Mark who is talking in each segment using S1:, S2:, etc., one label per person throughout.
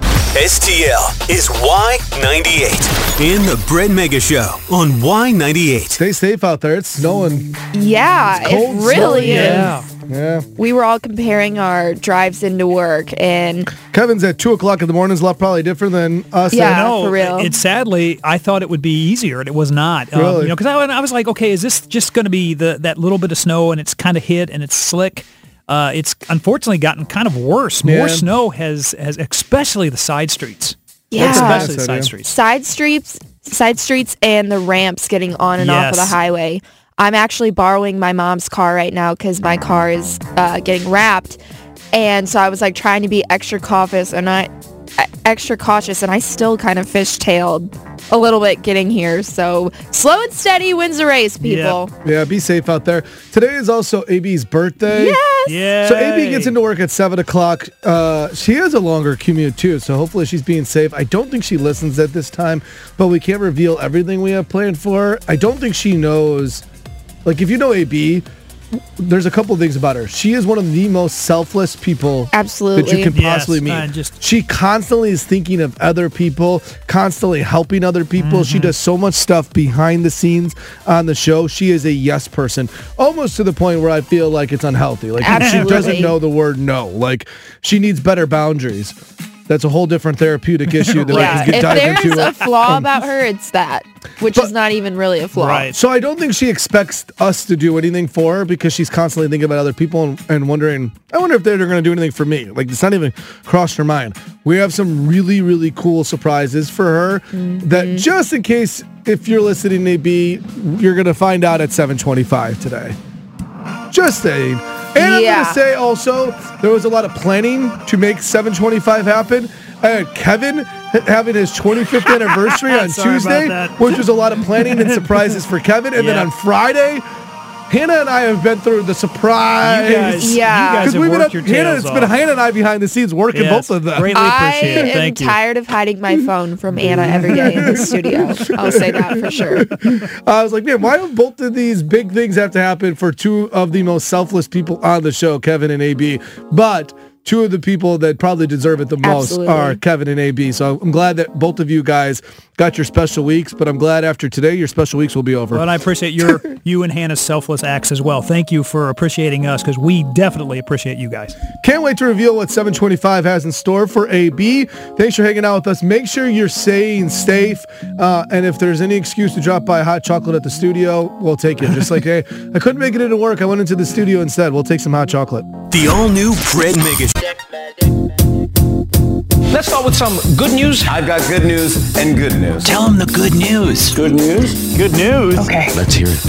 S1: STL is Y98 in the Bread Mega Show on Y98.
S2: Stay safe out there. It's snowing.
S3: Yeah,
S2: cold,
S3: it really
S2: snowy,
S3: is.
S2: yeah. Yeah.
S3: We were all comparing our drives into work, and
S2: Kevin's at 2 o'clock in the morning is lot probably different than us.
S3: Yeah.
S2: at-
S4: no,
S3: for real.
S4: It, sadly, I thought it would be easier, and it was not. Um,
S2: Really?
S4: you know, because I, I was like, okay, is this just going to be the that little bit of snow, and it's kind of hit, and it's slick. Uh, it's unfortunately gotten kind of worse. More
S2: Yeah.
S4: snow has has, especially the side streets.
S3: Yeah.
S4: especially the
S2: That's
S4: side
S2: idea.
S4: streets.
S3: side streets, side streets, and the ramps getting on and off of
S4: Yes.
S3: the highway. I'm actually borrowing my mom's car right now because my car is uh, getting wrapped, and so I was like trying to be extra cautious, and I e- extra cautious, and I still kind of fishtailed a little bit getting here. So slow and steady wins the race, people.
S2: Yeah, be safe out there. Today is also AB's birthday.
S3: Yes.
S4: Yeah.
S2: So AB gets into work at 7 o'clock. Uh, she has a longer commute too, so hopefully she's being safe. I don't think she listens at this time, but we can't reveal everything we have planned for her. I don't think she knows. Like, if you know AB, there's a couple things about her. She is one of the most selfless people that
S3: Absolutely.
S2: you can
S4: Yes,
S2: possibly meet.
S4: and just-
S2: she constantly is thinking of other people, constantly helping other people. She does so much stuff behind the scenes on the show. She is a yes person, almost to the point where I feel like it's unhealthy. Like she doesn't
S3: Absolutely.
S2: know the word no. Like she needs better boundaries. That's a whole different therapeutic issue that
S3: Yeah,
S2: I can
S3: if
S2: get dive
S3: there's
S2: into. Oh.
S3: a flaw about her, it's that, which is not even really a flaw.
S4: Right.
S2: So I don't think she expects us to do anything for her because she's constantly thinking about other people and, and wondering, I wonder if they're going to do anything for me. Like it's not even crossed her mind. We have some really, really cool surprises for her
S3: Mm-hmm.
S2: that just in case if you're listening, maybe you're going to find out at 725 today. Just saying. And I'm going
S3: Yeah.
S2: to say also, there was a lot of planning to make 725 happen. Uh, Kevin ha- having his 25th anniversary on
S4: Sorry about
S2: Tuesday,
S4: that.
S2: which was a lot of planning and surprises for Kevin. And
S4: Yeah.
S2: then on Friday, Hannah and I have been through the surprise.
S4: you guys,
S3: Yeah.
S4: you guys
S2: because
S4: have
S2: we've been
S4: worked
S2: up,
S4: your
S2: Hannah,
S4: tails
S2: it's been
S4: off.
S2: Hannah and I behind the scenes working
S4: Yes,
S2: both of them.
S4: Greatly
S3: I
S4: appreciate it.
S3: am
S4: Thank you.
S3: tired of hiding my phone from Anna every day in the studio. I'll say that for sure.
S2: I was like, man, why do both of these big things have to happen for two of the most selfless people on the show, Kevin and AB? But two of the people that probably deserve it the most
S3: Absolutely.
S2: are Kevin and AB. So I'm glad that both of you guys got your special weeks, but I'm glad after today, your special weeks will be over.
S4: But I appreciate your you and Hannah's selfless acts as well. Thank you for appreciating us because we definitely appreciate you guys.
S2: Can't wait to reveal what 725 has in store for AB. Thanks for hanging out with us. Make sure you're staying safe. Uh, and if there's any excuse to drop by hot chocolate at the studio, we'll take it. Just like, hey, I couldn't make it into work. I went into the studio instead. We'll take some hot chocolate.
S1: The all new Bread Mega Show.
S5: Let's start with some good news.
S6: I've got good news and good news.
S1: Tell them the good news.
S6: Good news?
S5: Good news. Okay.
S6: Let's hear it.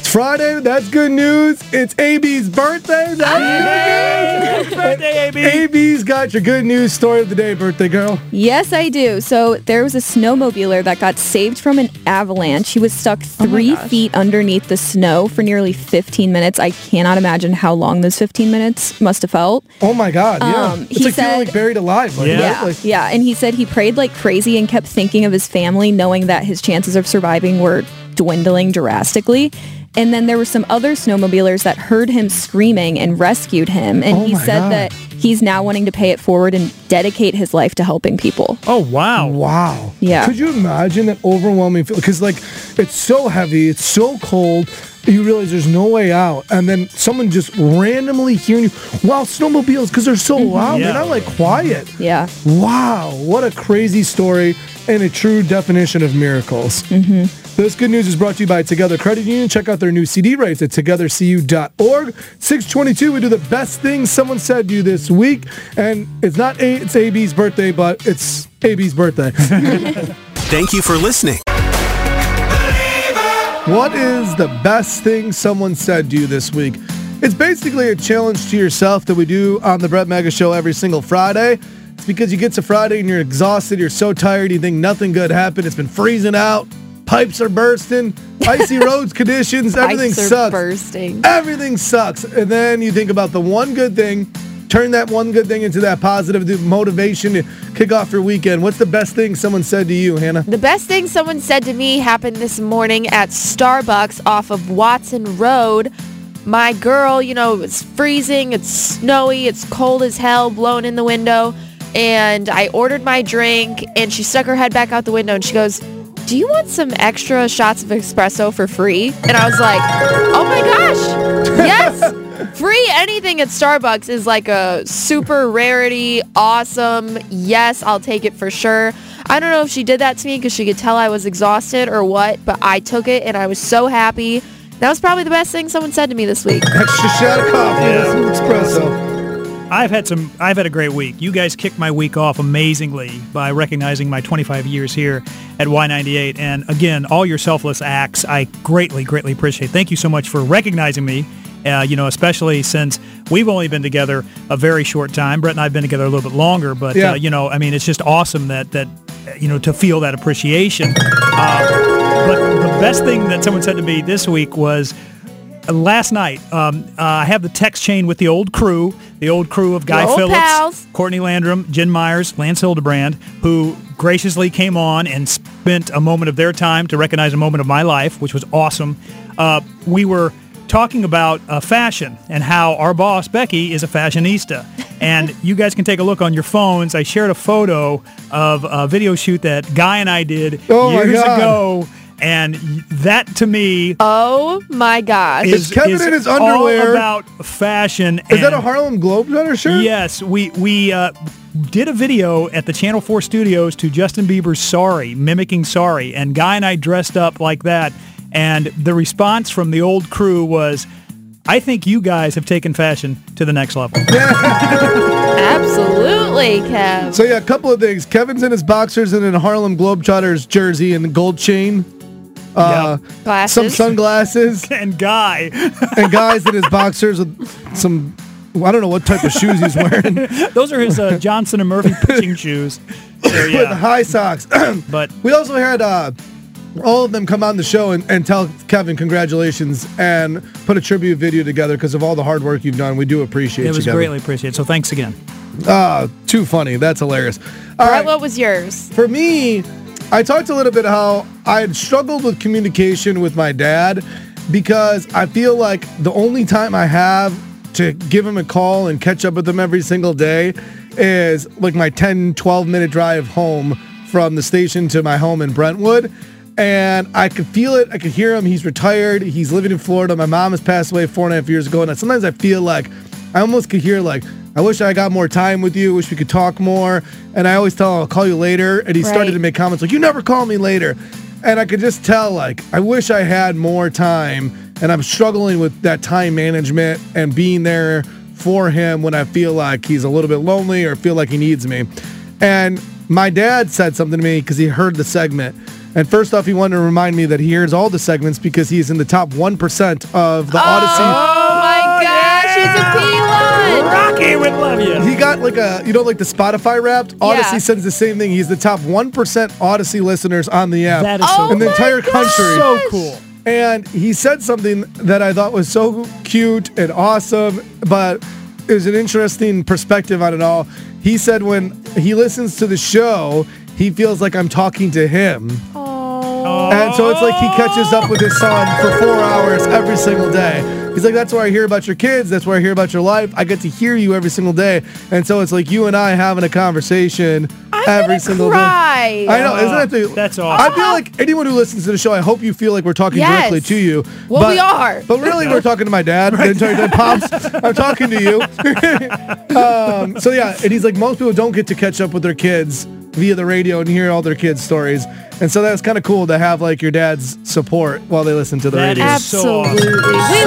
S2: It's Friday. That's good news. It's AB's birthday. That's good news.
S4: Birthday, AB.
S2: AB's got your good news story of the day, birthday girl.
S7: Yes, I do. So there was a snowmobiler that got saved from an avalanche. He was stuck three feet underneath the snow for nearly 15 minutes. I cannot imagine how long those 15 minutes must have felt.
S2: Oh my God. Yeah.
S7: Um,
S2: it's
S7: he
S2: like feeling
S7: said-
S2: like buried alive. Like,
S4: Yeah.
S2: right?
S7: Yeah,
S2: Like,
S7: yeah. And he said he prayed like crazy and kept thinking of his family, knowing that his chances of surviving were dwindling drastically. And then there were some other snowmobilers that heard him screaming and rescued him. And
S2: Oh
S7: he
S2: my
S7: said
S2: God.
S7: that he's now wanting to pay it forward and dedicate his life to helping people.
S4: Oh wow.
S2: Wow.
S7: Yeah.
S2: Could you imagine that overwhelming feel? Because like, it's so heavy, it's so cold. you realize there's no way out, and then someone just randomly hearing you wow snowmobiles because they're so loud. They're
S7: Yeah.
S2: not like quiet.
S7: Yeah.
S2: Wow, what a crazy story and a true definition of miracles. Mm-hmm. This good news is brought to you by Together Credit Union. Check out their new CD rights at togethercu.org. 622, we do the best thing someone said to you this week. And it's not A, it's AB's birthday, but it's AB's birthday.
S1: Thank you for listening.
S2: What is the best thing someone said to you this week? It's basically a challenge to yourself that we do on the Brett Mega Show every single Friday. It's because you get to Friday and you're exhausted, you're so tired, you think nothing good happened. It's been freezing out, pipes are bursting, icy roads conditions, everything
S3: Pipes are
S2: sucks.
S3: bursting.
S2: Everything sucks. And then you think about the one good thing, turn that one good thing into that positive motivation to kick off your weekend. What's the best thing someone said to you, Hannah?
S3: The best thing someone said to me happened this morning at Starbucks off of Watson Road. My girl, you know, it's freezing, it's snowy, it's cold as hell, blowing in the window. And I ordered my drink and she stuck her head back out the window and she goes, do you want some extra shots of espresso for free? And I was like, oh my gosh, yes. Free anything at Starbucks is like a super rarity, awesome. Yes, I'll take it for sure. I don't know if she did that to me because she could tell I was exhausted or what, but I took it and I was so happy. That was probably the best thing someone said to me this week.
S2: Extra shot of coffee, and some espresso.
S4: I've had some. I've had a great week. You guys kicked my week off amazingly by recognizing my 25 years here at Y98, and again, all your selfless acts, I greatly, greatly appreciate. Thank you so much for recognizing me. Uh, you know, especially since we've only been together a very short time. Brett and I've been together a little bit longer, but
S2: Yeah.
S4: uh, you know, I mean, it's just awesome that that uh, you know to feel that appreciation. Uh, but the best thing that someone said to me this week was uh, last night, um, uh, I have the text chain with the old crew, the old crew of Guy
S3: Your old
S4: Phillips,
S3: pals.
S4: Courtney Landrum, Jen Myers, Lance Hildebrand, who graciously came on and spent a moment of their time to recognize a moment of my life, which was awesome. Uh, we were talking about uh, fashion and how our boss, Becky, is a fashionista. And you guys can take a look on your phones. I shared a photo of a video shoot that Guy and I did
S2: Oh my
S4: years
S2: God.
S4: ago. And that to me
S3: Oh my gosh.
S4: is,
S2: Kevin in his underwear.
S4: All about fashion.
S2: Is that
S4: and-
S2: a Harlem Globetrotter shirt?
S4: Yes, we we uh, did a video at the Channel Four studios to Justin Bieber's "Sorry," mimicking "Sorry," and Guy and I dressed up like that. And the response from the old crew was, "I think you guys have taken fashion to the next level."
S3: Absolutely, Kev.
S2: So yeah, a couple of things. Kevin's in his boxers and in a Harlem Globetrotters jersey and gold chain, uh,
S3: Glasses.
S2: some sunglasses,
S4: and Guy,
S2: and guys in his boxers with some. I don't know what type of shoes he's wearing,
S4: those are his uh, Johnson and Murphy pitching shoes. So,
S2: but
S4: yeah,
S2: high socks.
S4: but
S2: we also had uh, all of them come on the show and, and tell Kevin congratulations and put a tribute video together because of all the hard work you've done. We do appreciate
S4: it
S2: you,
S4: was
S2: Kevin.
S4: greatly appreciated. So thanks again.
S2: Ah, too funny. That's hilarious. All
S3: Brett,
S2: right.
S3: what was yours?
S2: for me, I talked a little bit how I had struggled with communication with my dad because I feel like the only time I have to give him a call and catch up with him every single day is like my 10, 12 minute drive home from the station to my home in Brentwood. And I could feel it. I could hear him. He's retired. He's living in Florida. My mom has passed away four and a half years ago. And sometimes I feel like I almost could hear like, I wish I got more time with you. Wish we could talk more. And I always tell him I'll call you later. And he started
S3: Right.
S2: to make comments like, "You never call me later," and I could just tell like, I wish I had more time. And I'm struggling with that time management and being there for him when I feel like he's a little bit lonely or feel like he needs me. And my dad said something to me because he heard the segment. And first off, he wanted to remind me that he hears all the segments because he's in the top 1% of the Odyssey
S3: Oh my gosh, it's a P1.
S4: Rocky would love you.
S2: he got like a you know like the Spotify Wrapped. Odyssey
S3: Yeah.
S2: sends the same thing. He's the top one percent Odyssey listeners on the app
S4: That is so
S3: Oh
S2: in the
S3: my
S2: entire country.
S4: So cool.
S2: And he said something that I thought was so cute and awesome, but it was an interesting perspective on it all. He said when he listens to the show, he feels like I'm talking to him. And so it's like he catches up with his son for four hours every single day. He's like, that's where I hear about your kids. That's where I hear about your life. I get to hear you every single day. And so it's like you and I having a conversation every single
S3: cry.
S2: day. I know, isn't that the?
S4: That's
S2: I feel like anyone who listens to the show, I hope you feel like we're talking
S3: Yes.
S2: directly to you.
S3: Well, we are.
S2: But really, we're talking to my dad. Then talking to pops. I'm talking to you. um, so yeah, and he's like, most people don't get to catch up with their kids via the radio and hear all their kids' stories, and so that's kind of cool to have like your dad's support while they listen to the
S4: That
S2: radio.
S4: is so awesome.
S3: We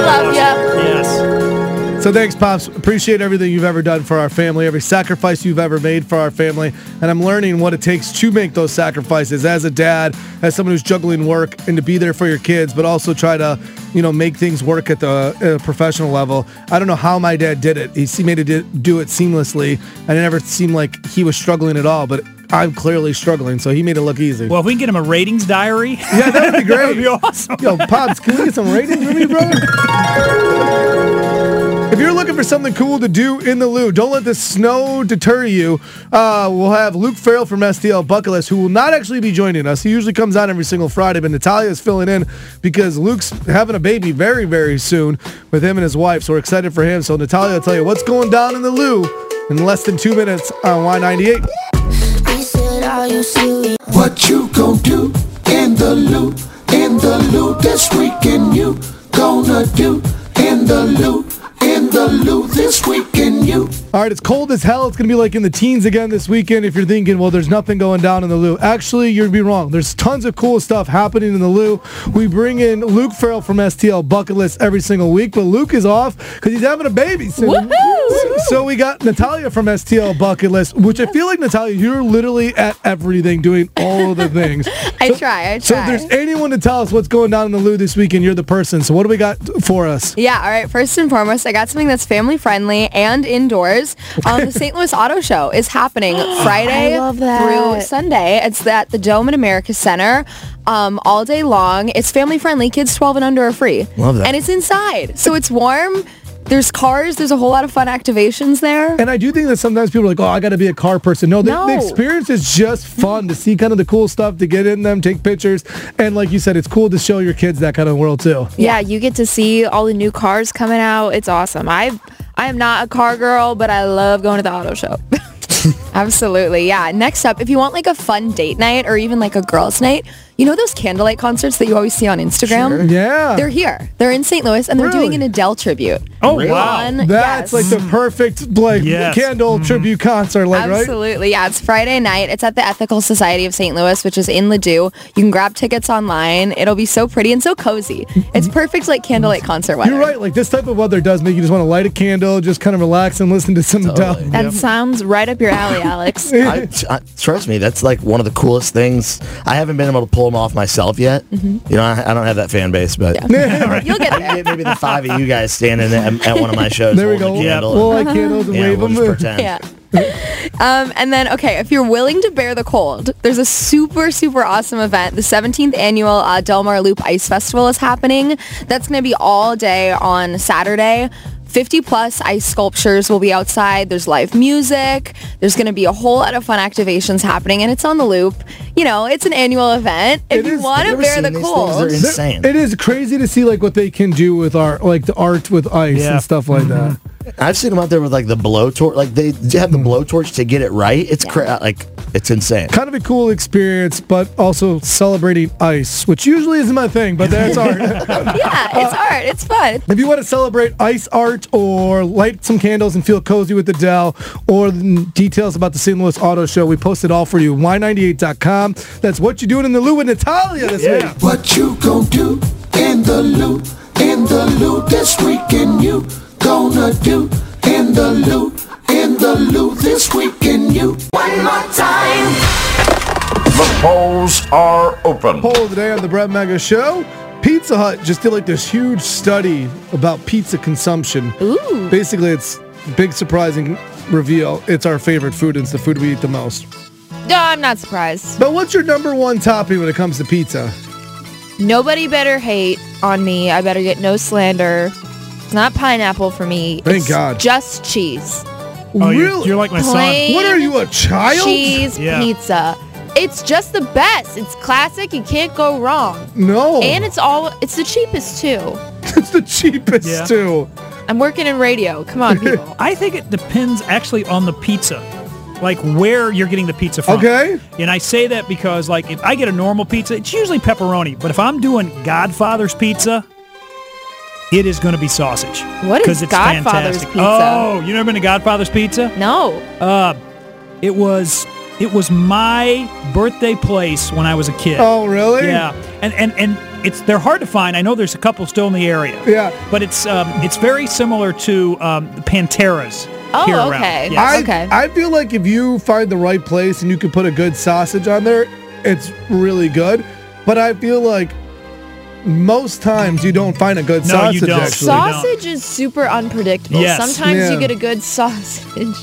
S3: love you.
S4: Yes.
S2: So thanks, Pops. Appreciate everything you've ever done for our family, every sacrifice you've ever made for our family. And I'm learning what it takes to make those sacrifices as a dad, as someone who's juggling work and to be there for your kids, but also try to, you know, make things work at the uh, professional level. I don't know how my dad did it. He se- made it di- do it seamlessly. And it never seemed like he was struggling at all, but I'm clearly struggling. So he made it look easy.
S4: Well, if we can get him a ratings diary,
S2: yeah, that would be great.
S4: that would be awesome.
S2: Yo, Pops, can we get some ratings from you, brother? If you're looking for something cool to do in the loo, don't let the snow deter you. Uh, we'll have Luke Farrell from STL Bucket List, who will not actually be joining us. He usually comes on every single Friday, but Natalia is filling in because Luke's having a baby very, very soon with him and his wife. So we're excited for him. So Natalia will tell you what's going down in the loo in less than two minutes on Y98.
S8: What you gon' do in the loot, in the loot this weekend you gonna do in the loot, in the loot this weekend you
S2: All right, it's cold as hell. It's going to be like in the teens again this weekend. If you're thinking, well, there's nothing going down in the loo, actually, you'd be wrong. There's tons of cool stuff happening in the loo. We bring in Luke Farrell from STL Bucket List every single week, but Luke is off because he's having a baby soon.
S3: Woohoo!
S2: So we got Natalia from STL Bucket List, which I feel like Natalia, you're literally at everything, doing all of the things.
S3: I try. I try.
S2: So if there's anyone to tell us what's going down in the loo this weekend, you're the person. So what do we got for us?
S3: Yeah, all right. First and foremost, I got something that's family friendly and indoors. Um, the St. Louis Auto Show is happening Friday
S7: I love that.
S3: through Sunday. It's at the Dome in America Center um, all day long. It's family friendly. Kids 12 and under are free.
S2: Love that.
S3: And it's inside. So it's warm. There's cars. There's a whole lot of fun activations there.
S2: And I do think that sometimes people are like, oh, I got to be a car person. No, the, the
S3: No.
S2: experience is just fun to see kind of the cool stuff, to get in them, take pictures. And like you said, it's cool to show your kids that kind of world too.
S3: Yeah, you get to see all the new cars coming out. It's awesome. I I am not a car girl, but I love going to the auto show. Absolutely. Yeah. Next up, if you want like a fun date night or even like a girls night, you know those candlelight concerts that you always see on Instagram?
S2: Yeah.
S3: They're here. They're in St. Louis and they're doing
S2: Really?
S3: an Adele tribute.
S4: Oh, wow.
S3: On- yes.
S2: That's like the perfect like
S4: Yes. Mm-hmm.
S2: candle tribute concert, like right?
S3: Absolutely. Yeah, it's Friday night. It's at the Ethical Society of St. Louis, which is in Ladue. You can grab tickets online. It'll be so pretty and so cozy. It's perfect like candlelight concert weather.
S2: You're right. Like this type of weather does make you just want to light a candle, just kind of relax and listen to some Adele.
S3: That sounds right up your alley, Alex. Mm-hmm.
S9: I, I, trust me, that's like one of the coolest things. I haven't been able to pull them off myself yet.
S3: Mm-hmm.
S9: You know, I, I don't have that fan base, but
S3: You'll get there.
S9: maybe, maybe the five of you guys standing at, at one of my shows.
S2: There we
S9: holding
S2: go.
S9: a candle
S2: We'll light candles and
S9: and, yeah,
S2: wave
S9: we'll just
S2: them.
S9: pretend.
S3: Yeah. um, and then, okay, if you're willing to bear the cold, there's a super, super awesome event. The 17th annual uh, Delmar Loop Ice Festival is happening. That's going to be all day on Saturday. 50 plus ice sculptures will be outside. There's live music. There's going to be a whole lot of fun activations happening, and it's on the loop. You know, it's an annual event. If
S2: It
S3: you
S2: is-
S3: want
S9: Have you
S3: to
S9: ever seen
S3: bear the
S9: these things? They're
S3: cold,
S2: They're-
S9: insane.
S2: It is crazy to see like what they can do with art, like the art with ice
S4: Yeah. Mm-hmm.
S2: and stuff like that.
S9: I've seen them out there with like the blowtorch. Like they have
S2: Mm-hmm.
S9: the blowtorch to get it right. It's cra- like it's insane.
S2: kind of a cool experience, but also celebrating ice, which usually isn't my thing, but that's art.
S3: yeah, it's art. It's fun.
S2: if you want to celebrate ice art or light some candles and feel cozy with Adele or the details about the St. Louis Auto Show, we post it all for you. Y98.com. That's what you're doing in the Lou with Natalia this
S4: Yeah.
S2: week.
S8: What you gon' do in the loot, in the loot this weekend you gonna do in the loot, in the loot this weekend you one more time.
S10: The polls are open.
S2: Poll today on the Brett Mega Show. Pizza Hut just did like this huge study about pizza consumption.
S3: Ooh.
S2: Basically, it's big surprising reveal. It's our favorite food. and It's the food we eat the most.
S3: No, I'm not surprised.
S2: But what's your number one topping when it comes to pizza?
S3: Nobody better hate on me. I better get no slander. It's not pineapple for me.
S2: Thank
S3: It's
S2: God.
S3: Just cheese.
S4: Oh, you're,
S2: Really?
S4: you're like my
S3: Plain
S2: What are you, a child?
S3: Cheese
S4: Yeah.
S3: pizza. It's just the best. It's classic. You can't go wrong.
S2: No.
S3: And it's all it's the cheapest too.
S2: it's the cheapest
S4: Yeah.
S2: too.
S3: I'm working in radio. Come on, people.
S4: son. I think it depends actually on the pizza. like where you're getting the pizza from.
S2: Okay.
S4: And I say that because like if I get a normal pizza, it's usually pepperoni. But if I'm doing Godfather's pizza, it is going to be sausage.
S3: What is
S4: 'Cause it's
S3: Godfather's
S4: fantastic.
S3: pizza?
S4: Oh, you never been to Godfather's Pizza?
S3: No.
S4: Uh, it was it was my birthday place when I was a kid.
S2: Oh, really?
S4: Yeah. And and and it's they're hard to find. I know there's a couple still in the area.
S2: Yeah.
S4: But it's um, it's very similar to um, the Panteras.
S3: Oh,
S4: here around. Yes.
S2: I, I feel like if you find the right place and you can put a good sausage on there, it's really good. But I feel like most times you don't find a good
S4: No,
S2: sausage.
S4: you don't.
S2: Actually.
S3: Sausage is super unpredictable.
S2: Yes.
S3: Sometimes
S2: Yeah.
S3: you get a good sausage.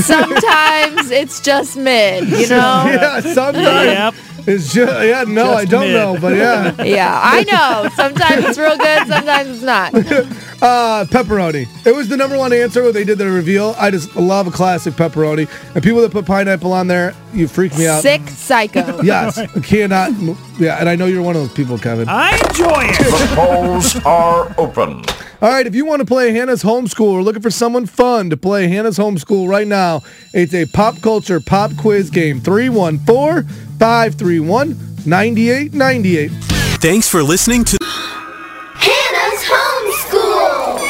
S3: Sometimes it's just mid, you know?
S2: yeah, sometimes. It's just, yeah, no, I
S3: Just
S2: don't
S3: mid.
S2: know, but yeah.
S3: yeah, I know. Sometimes it's real good, sometimes it's not.
S2: Uh, pepperoni. It was the number one answer when they did the reveal. I just love a classic pepperoni. And people that put pineapple on there, you freak me out.
S3: Sick psycho.
S2: Yes, cannot. Yeah, and I know you're one of those people, Kevin.
S4: I enjoy it.
S11: The polls are open.
S2: All right, if you want to play Hannah's Homeschool, we're looking for someone fun to play Hannah's Homeschool right now. It's a pop culture pop quiz game. 314 531 9898.
S1: Thanks for listening to
S8: Hannah's Homeschool.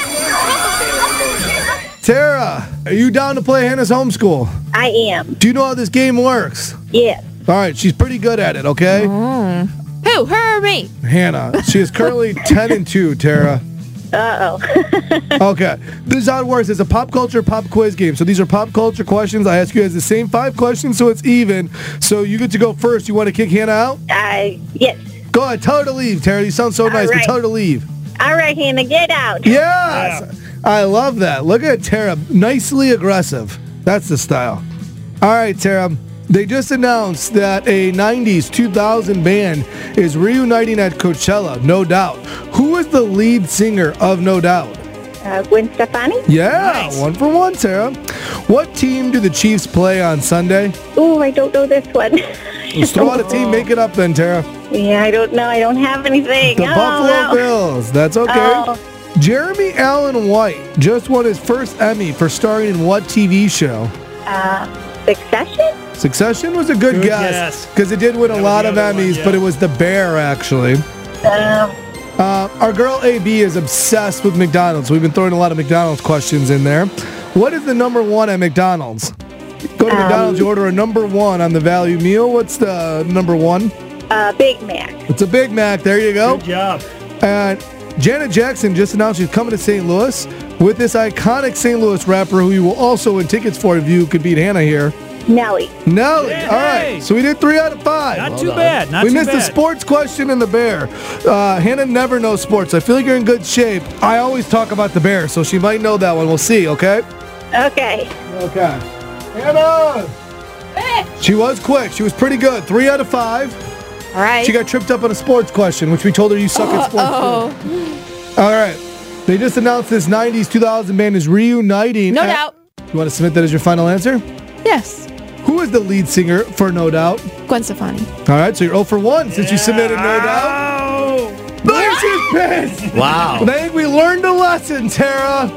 S2: Tara, are you down to play Hannah's Homeschool?
S12: I am.
S2: Do you know how this game works?
S12: Yes.
S2: All right, she's pretty good at it, okay?
S12: Mm-hmm.
S3: Who? Her or me?
S2: Hannah, she is currently 10 and 2, Tara.
S12: Uh
S2: okay. This is how it works. It's a pop culture pop quiz game. So these are pop culture questions. I ask you guys the same five questions, so it's even. So you get to go first. You want to kick Hannah out?
S12: I yes.
S2: Go ahead. Tell her to leave, Tara. You sound so nice, but
S12: right.
S2: tell her to leave.
S12: oh. All right, Hannah, get out.
S2: Yes. I love that. Look at Tara. Nicely aggressive. That's the style. All right, Tara. They just announced that a 90s 2000 band is reuniting at Coachella, No Doubt. Who is the lead singer of No Doubt?
S12: Uh, Gwen Stefani.
S2: Yeah, one for one, Tara. What team do the Chiefs play on Sunday?
S12: Oh, I don't know this one.
S2: Let's throw out a team, make it up then, Tara.
S12: Yeah, I don't know. I don't have anything.
S2: The
S12: Oh,
S2: Buffalo
S12: no.
S2: Bills. That's okay.
S12: Oh.
S2: Jeremy Allen White just won his first Emmy for starring in what TV show?
S12: Uh, Succession.
S2: Succession was a good,
S12: Good
S2: guess
S12: guess.
S2: because it did win a lot of Emmys, but it was The Bear actually.
S12: Um,
S2: Uh, our girl AB is obsessed with McDonald's. We've been throwing a lot of McDonald's questions in there. What is the number one at McDonald's? Go to McDonald's, you order a number one on the value meal. What's the number one?
S12: uh, Big Mac.
S2: It's a Big Mac. There you go. Good
S4: job.
S2: And Janet Jackson just announced she's coming to St. Louis with this iconic St. Louis rapper who you will also win tickets for if you could beat Hannah here.
S12: Nelly.
S2: Nelly.
S12: Yay!
S2: All right. So we did three out of five.
S4: Not Well too done. bad, not
S2: we
S4: too
S2: missed the
S4: bad.
S2: sports question and the bear. Uh, Hannah never knows sports. I feel like you're in good shape. I always talk about the bear, so she might know that one. We'll see. Okay.
S12: Okay.
S2: Okay. Hannah. She was quick. She was pretty good. Three out of five.
S3: All right. Oh,
S2: She got tripped up on a sports question, which we told her you suck at sports. too. All right. They just announced this 90s 2000 band is reuniting.
S3: No
S2: at-
S3: doubt.
S2: You want to submit that as your final answer?
S3: Yes.
S2: Who is the lead singer for No Doubt?
S3: Gwen Stefani.
S2: All right, so you're 0 for 1 since you submitted No Doubt. There she's pissed.
S9: Wow.
S2: I think we learned a lesson, Tara.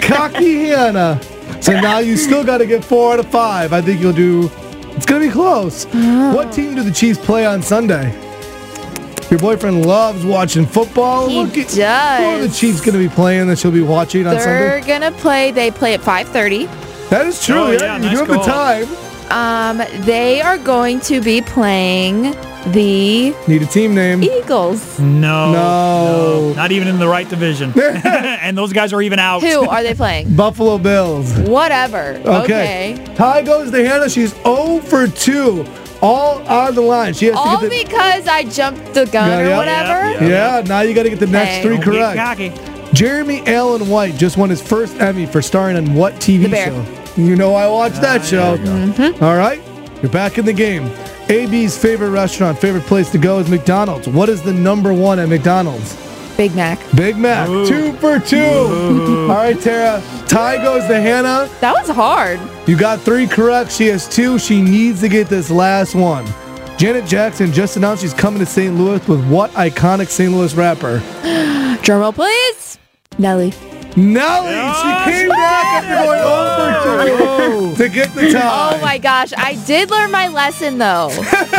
S2: Cocky Hannah. So now you still got to get four out of five. I think you'll do. It's going to be close.
S3: Oh.
S2: What team do the Chiefs play on Sunday? Your boyfriend loves watching football.
S3: He
S2: Look at, Who are the
S3: does.
S2: Chiefs going to be playing that she'll be watching on
S3: They're
S2: Sunday?
S3: gonna play. They play at 5:30.
S2: That is true.
S3: Oh,
S2: yeah,
S3: yeah,
S2: you
S3: nice
S2: do have the
S3: call.
S2: time.
S3: Um, they are going to be playing the
S2: Need a team name.
S3: Eagles.
S4: No,
S2: no.
S4: Not even in the right division. and those guys are even out.
S3: Who are they playing?
S2: Buffalo Bills.
S3: Whatever.
S2: Okay. Tie goes to Hannah. She's 0 for 2. All on the line. She has
S3: All
S2: to get the.
S3: because I jumped the gun
S2: Yeah,
S3: or
S2: yeah.
S3: whatever.
S2: Yeah, now you got to get the next
S3: Hey.
S2: three
S3: Don't
S2: correct.
S3: get
S2: Jeremy Allen White just won his first Emmy for starring on what TV
S3: The Bear. Mm-hmm.
S2: show? You know I watched that show. All right, you're back in the game. AB's favorite restaurant, favorite place to go is McDonald's. What is the number one at McDonald's?
S3: Big Mac.
S2: Big Mac. Two for two. All right, Tara. Tie goes to Hannah.
S3: That was hard.
S2: You got three correct. She has two. She needs to get this last one. Janet Jackson just announced she's coming to St. Louis with what iconic St. Louis rapper?
S3: Drum roll, please. Nelly.
S2: Nelly, she came back after going over two to get the
S3: Oh
S2: tie.
S3: my gosh, I did learn my lesson though.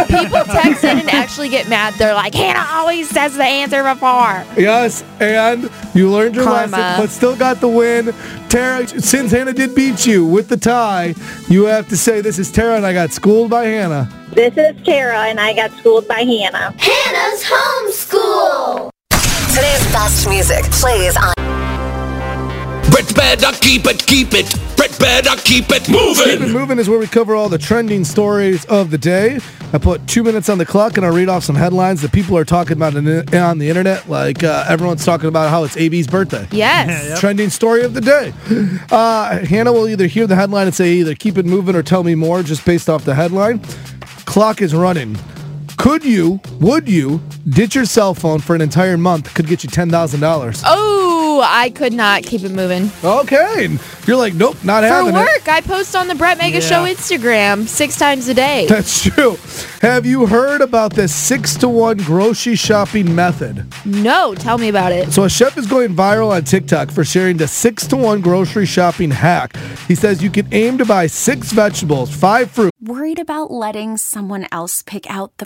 S3: People text in and actually get mad. They're like, Hannah always says the answer before.
S2: Yes, and you learned your
S3: Karma.
S2: lesson, but still got the win. Tara, since Hannah did beat you with the tie, you have to say this is Tara and I got schooled by Hannah.
S12: This is Tara, and I got schooled by Hannah.
S8: Hannah's homeschool.
S13: Today's best music plays on.
S14: Brett better keep it, keep it. Brett better keep it
S2: Keep It
S14: moving.
S2: Moving is where we cover all the trending stories of the day. I put two minutes on the clock and I read off some headlines that people are talking about in- on the internet, like uh, everyone's talking about how it's AB's birthday.
S3: Yes. Yep.
S2: Trending story of the day. Uh, Hannah will either hear the headline and say either keep it moving or tell me more just based off the headline. Clock is running. Could you, would you, ditch your cell phone for an entire month could get you $10,000.
S3: Oh, I could not keep it moving.
S2: Okay. You're like, nope, not
S3: Uh. For
S2: having it.
S3: work, I post on the Brett Mega
S2: Yeah.
S3: Show Instagram six times a day.
S2: That's true. Have you heard about this six to one grocery shopping method?
S3: No, tell me about it.
S2: So a chef is going viral on TikTok for sharing the six to one grocery shopping hack. He says you can aim to buy six vegetables, five fruit.
S15: Worried about letting someone else pick out the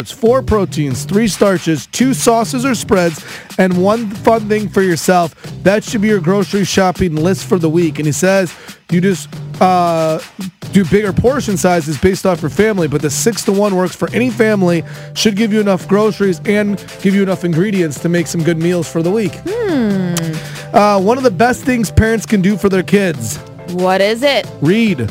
S2: It's four proteins, three starches, two sauces or spreads, and one fun thing for yourself. That should be your grocery shopping list for the week. And he says you just uh, do bigger portion sizes based off your family, but the six to one works for any family. Should give you enough groceries and give you enough ingredients to make some good meals for the week.
S3: Hmm,
S2: Uh, one of the best things parents can do for their kids.
S3: What is it?
S2: Read.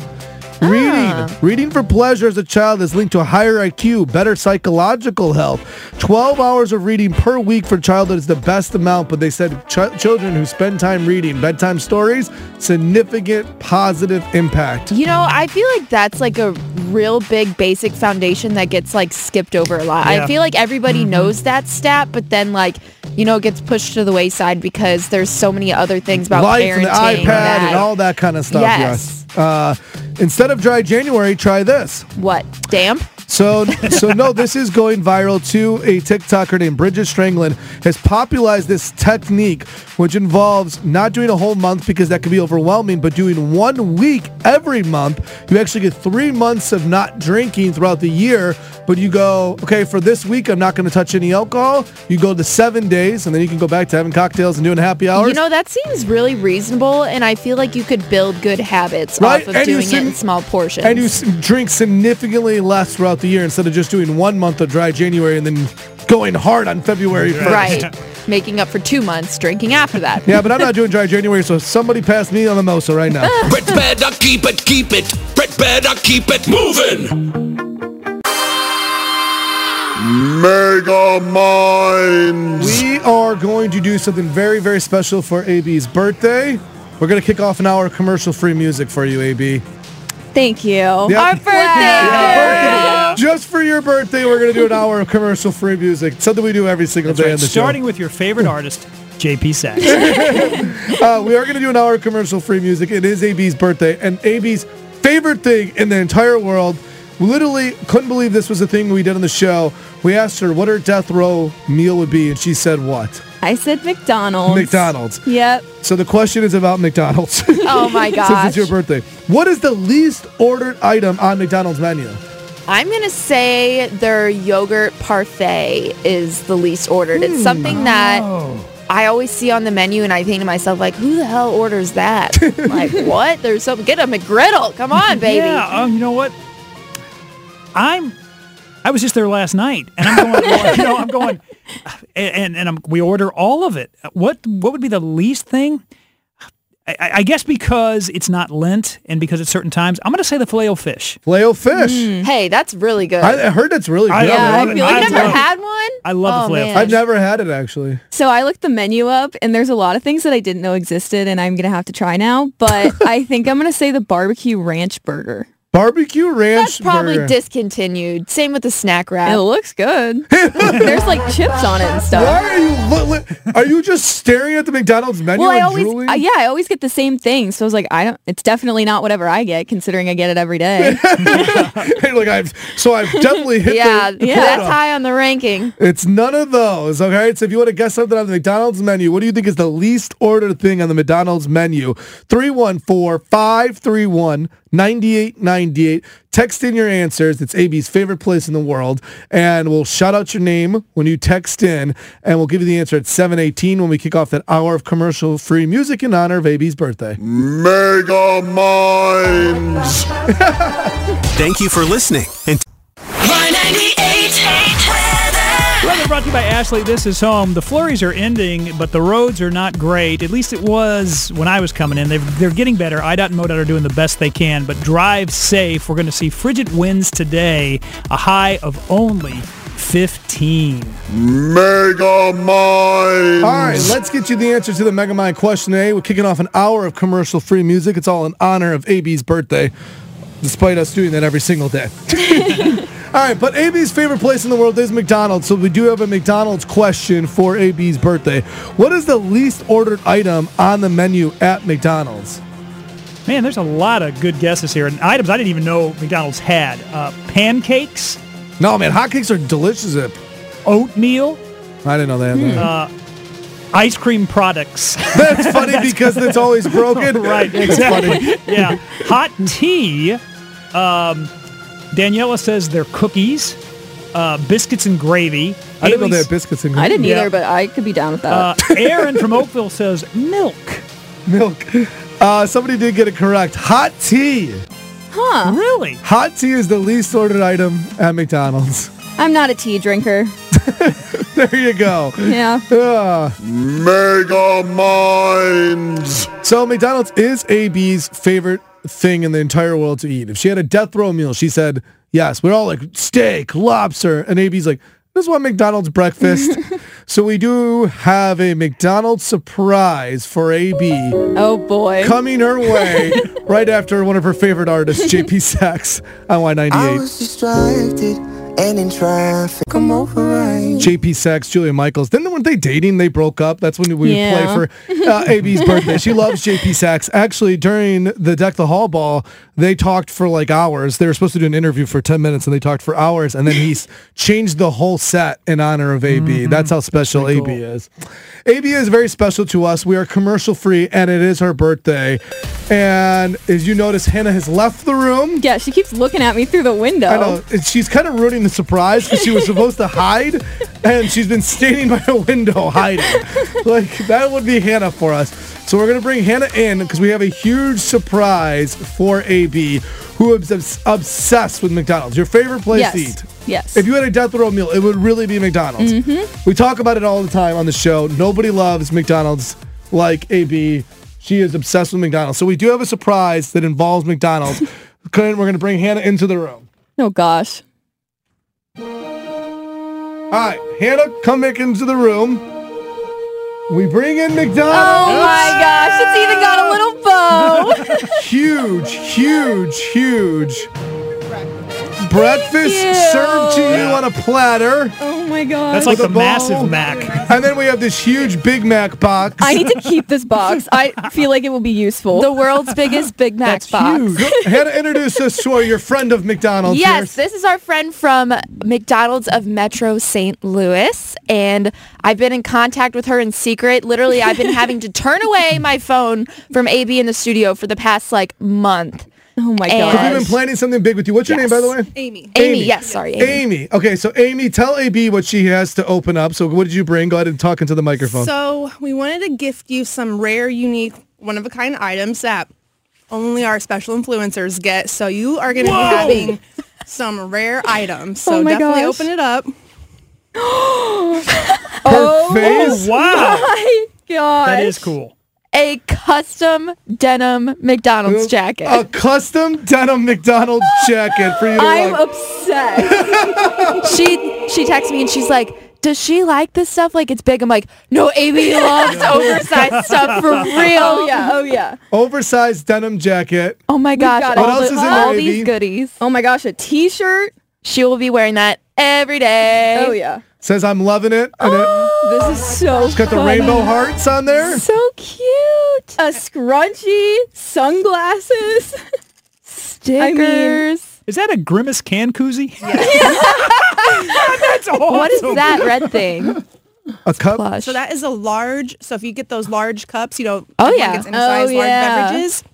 S3: Ah.
S2: Reading. Reading for pleasure as a child is linked to a higher IQ, better psychological health. 12 hours of reading per week for childhood is the best amount, but they said ch- children who spend time reading bedtime stories, significant positive impact.
S3: You know, I feel like that's like a real big basic foundation that gets like skipped over a lot.
S2: Yeah. Mm-hmm.
S3: I feel like everybody knows that stat, but then like, you know, it gets pushed to the wayside because there's so many other things about
S2: Life
S3: parenting.
S2: and the iPad
S3: that-
S2: and all that kind of stuff.
S3: Yes.
S2: Yes. Uh, instead of dry January, try this.
S3: What? Damp?
S2: So, so no, this is going viral too. A TikToker named Bridget Strangland has popularized this technique, which involves not doing a whole month because that can be overwhelming, but doing one week every month. You actually get three months of not drinking throughout the year, but you go, okay, for this week, I'm not going to touch any alcohol. You go to seven days, and then you can go back to having cocktails and doing happy hours.
S3: You know, that seems really reasonable, and I feel like you could build good habits
S2: Right,
S3: off of
S2: and you
S3: doing it
S2: sin-
S3: in small portions.
S2: And you s- drink significantly less throughout the year instead of just doing one month of dry January and then going hard on February 1st.
S3: right. Making up for two months drinking after that.
S2: Yeah, but I'm not doing dry January, so somebody pass me a mimosa right now.
S14: Brett better keep it, keep it. Brett better keep it moving.
S2: Mega Minds! We are going to do something very, very special for AB's birthday. We're going to kick off an hour of commercial free music for you, AB.
S7: Thank you.
S2: Yep. Our
S7: birthday.
S2: Just for your birthday, we're going to do an hour of commercial free music. It's something we do every single
S4: That's
S2: day
S4: right.
S2: on the
S4: Starting
S2: show.
S4: with your favorite artist, JP Sacks.
S2: uh, we are going to do an hour of commercial free music. It is AB's birthday, and AB's favorite thing in the entire world. Literally couldn't believe this was a thing we did on the show. We asked her what her death row meal would be, and she said what?
S7: I said McDonald's.
S2: McDonald's.
S7: Yep.
S2: So the question is about McDonald's.
S3: Oh my
S2: Since it's
S3: gosh.
S2: your birthday, what is the least ordered item on McDonald's menu?
S3: I'm gonna say their yogurt parfait is the least ordered.
S2: Hmm.
S3: It's something that
S2: Oh.
S3: I always see on the menu, and I think to myself, like, who the hell orders that? like, what? There's something. Get a McGriddle. Come on, baby. Hmm.
S4: Yeah, oh, you know what? I'm. I was just there last night, and I'm going. well, you know, I'm going, and and, and I'm, we order all of it. What what would be the least thing? I, I I guess because it's not Lent, and because it's certain times, I'm going to say the filet fish.
S2: Filet fish.
S3: Hey, that's really good.
S2: I, I heard that's really good.
S4: I love it. I
S3: I've never
S4: love it.
S3: had one.
S4: I love
S3: Oh,
S4: the filet
S3: man.
S4: fish.
S2: I've never had it actually.
S7: So I looked the menu up and there's a lot of things that I didn't know existed and I'm going to have to try now, but I think I'm going to say the barbecue ranch burger.
S2: Barbecue ranch.
S3: That's probably
S2: burger.
S3: discontinued. Same with the snack wrap.
S7: It looks good. there's like chips on it and stuff.
S2: Why are you li- li- are you just staring at the McDonald's menu
S7: Well, I
S2: and
S7: always,
S2: drooling?
S3: uh,
S7: I- yeah, I always get the same thing. So I was like, I don't. It's definitely not whatever I get, considering I get it every day.
S2: And, like I've so I've definitely hit
S3: yeah,
S2: the, the
S3: that's
S2: quota.
S3: high on the ranking.
S2: It's none of those. Okay. So if you want to guess something on the McDonald's menu, what do you think is the least ordered thing on the McDonald's menu? 314 531 9898. Text in your answers. It's AB's favorite place in the world. And we'll shout out your name when you text in, and we'll give you the answer at 718 when we kick off that hour of commercial free music in honor of AB's birthday.
S11: Mega Minds.
S1: Thank you for listening and
S4: Weather brought to you by Ashley. This is home. The flurries are ending, but the roads are not great. At least it was when I was coming in. They've, they're getting better. IDOT and MoDOT are doing the best they can, but drive safe. We're going to see frigid winds today, a high of only 15.
S11: Mega Minds.
S2: All right, let's get you the answer to the Mega Mind question today. We're kicking off an hour of commercial free music. It's all in honor of AB's birthday, despite us doing that every single day. all right, but AB's favorite place in the world is McDonald's, so we do have a McDonald's question for AB's birthday. What is the least ordered item on the menu at McDonald's?
S4: Man, there's a lot of good guesses here and items I didn't even know McDonald's had. Uh, pancakes,
S2: No, man, hotcakes are delicious. At,
S4: oatmeal,
S2: I didn't know they had that.
S4: uh, ice cream products.
S2: That's funny because it's always broken.
S4: right,
S2: That's funny.
S4: exactly. yeah, hot tea. Um, Daniela says they're cookies, uh, biscuits and gravy.
S2: I didn't know they
S4: Haley's-
S2: had biscuits and
S7: I didn't
S4: Yeah.
S7: either, but I could be down with that.
S4: Uh, Aaron from Oakville says milk.
S2: milk. Uh, somebody did get it correct. Hot tea.
S7: huh?
S4: Really?
S2: Hot tea is the least ordered item at McDonald's.
S7: I'm not a tea drinker.
S2: There you go.
S7: Yeah.
S2: Ah.
S11: Mega Minds.
S2: So McDonald's is AB's favorite thing in the entire world to eat. If she had a death row meal, she said, yes, we're all like steak, lobster. And AB's like, this is what McDonald's breakfast. so we do have a McDonald's surprise for AB
S7: Oh boy.
S2: coming her way right after one of her favorite artists, JP Sacks, on
S16: I
S2: Y98.
S16: was distracted and in traffic. Come over right.
S2: JP Sacks, Julia Michaels. Then weren't they dating? They broke up. That's when we
S7: Yeah.
S2: would play for uh, AB's birthday. She loves JP Sacks. Actually, during the Deck the Hall ball, they talked for like hours. They were supposed to do an interview for 10 minutes and they talked for hours. And then he s- changed the whole set in honor of AB. That's how special AB is. AB is very special to us. We are commercial free and it is her birthday. And as you notice, Hannah has left the room.
S7: Um, Yeah, she keeps looking at me through the window.
S2: I know. And She's kind of ruining the surprise because she was supposed to hide, and she's been standing by a window hiding. like that would be Hannah for us. So we're gonna bring Hannah in because we have a huge surprise for AB, who is obs- obsessed with McDonald's. Your favorite place
S7: Yes.
S2: to eat.
S7: Yes. Mm-hmm.
S2: If you had a death row meal, it would really be McDonald's. We talk about it all the time on the show. Nobody loves McDonald's like AB. She is obsessed with McDonald's. So we do have a surprise that involves McDonald's. We're going to bring Hannah into the room.
S7: oh gosh.
S2: All right, Hannah, come back into the room. We bring in
S7: Oh
S2: McDonald's.
S7: my gosh, it's even got a little bow.
S2: Huge, huge, huge breakfast. breakfast served to you on a platter.
S7: Oh my god.
S4: That's like the
S2: With a bowl.
S4: massive Mac.
S2: And then we have this huge Big Mac box.
S7: I need to keep this box. I feel like it will be useful.
S3: The world's biggest Big Mac box.
S2: to introduce us to your friend of McDonald's. here.
S3: Yes, this is our friend from McDonald's of Metro St. Louis, and I've been in contact with her in secret. Literally, I've been having to turn away my phone from AB in the studio for the past like month.
S7: Oh my
S2: Have we been planning something big with you? What's your name, by the way?
S7: Amy.
S3: Amy, yes, sorry, Amy.
S2: Okay, so Amy, tell AB what she has to open up. So, what did you bring? Go ahead and talk into the microphone.
S17: So we wanted to gift you some rare, unique, one-of-a-kind items that only our special influencers get. So you are going to be
S8: Whoa!
S17: having some rare items. So
S8: Oh my
S17: definitely
S8: gosh.
S17: open it up.
S3: Oh,
S2: face?
S4: wow.
S3: My God,
S4: That is cool.
S3: A custom denim McDonald's jacket.
S2: A custom denim McDonald's jacket for you. To
S3: I'm
S2: like.
S3: obsessed. she she texted me and she's like, "Does she like this stuff? Like it's big." I'm like, "No, Amy loves oversized stuff for real."
S7: Oh yeah. Oh yeah.
S2: Oversized denim jacket.
S3: Oh my
S7: We've
S3: gosh!
S7: got
S3: all
S7: all
S3: the-
S7: the-
S3: all
S7: all
S3: these
S7: these
S3: goodies.
S7: Oh my gosh, a t-shirt.
S3: She will be wearing that every day.
S7: Oh yeah.
S2: Says I'm loving it. And it
S7: This is so
S2: it's got the
S7: funny.
S2: rainbow hearts on there.
S7: So cute. A scrunchie, sunglasses.
S3: Stickers.
S4: Is that a grimace can koozie? That's awesome.
S3: What is that red thing?
S2: A cup.
S3: Plush.
S17: So that is a large. So if you get those large cups, you know,
S3: Oh,
S17: everyone
S3: yeah.
S17: gets in a
S3: Oh,
S17: size large
S3: yeah.
S17: beverages.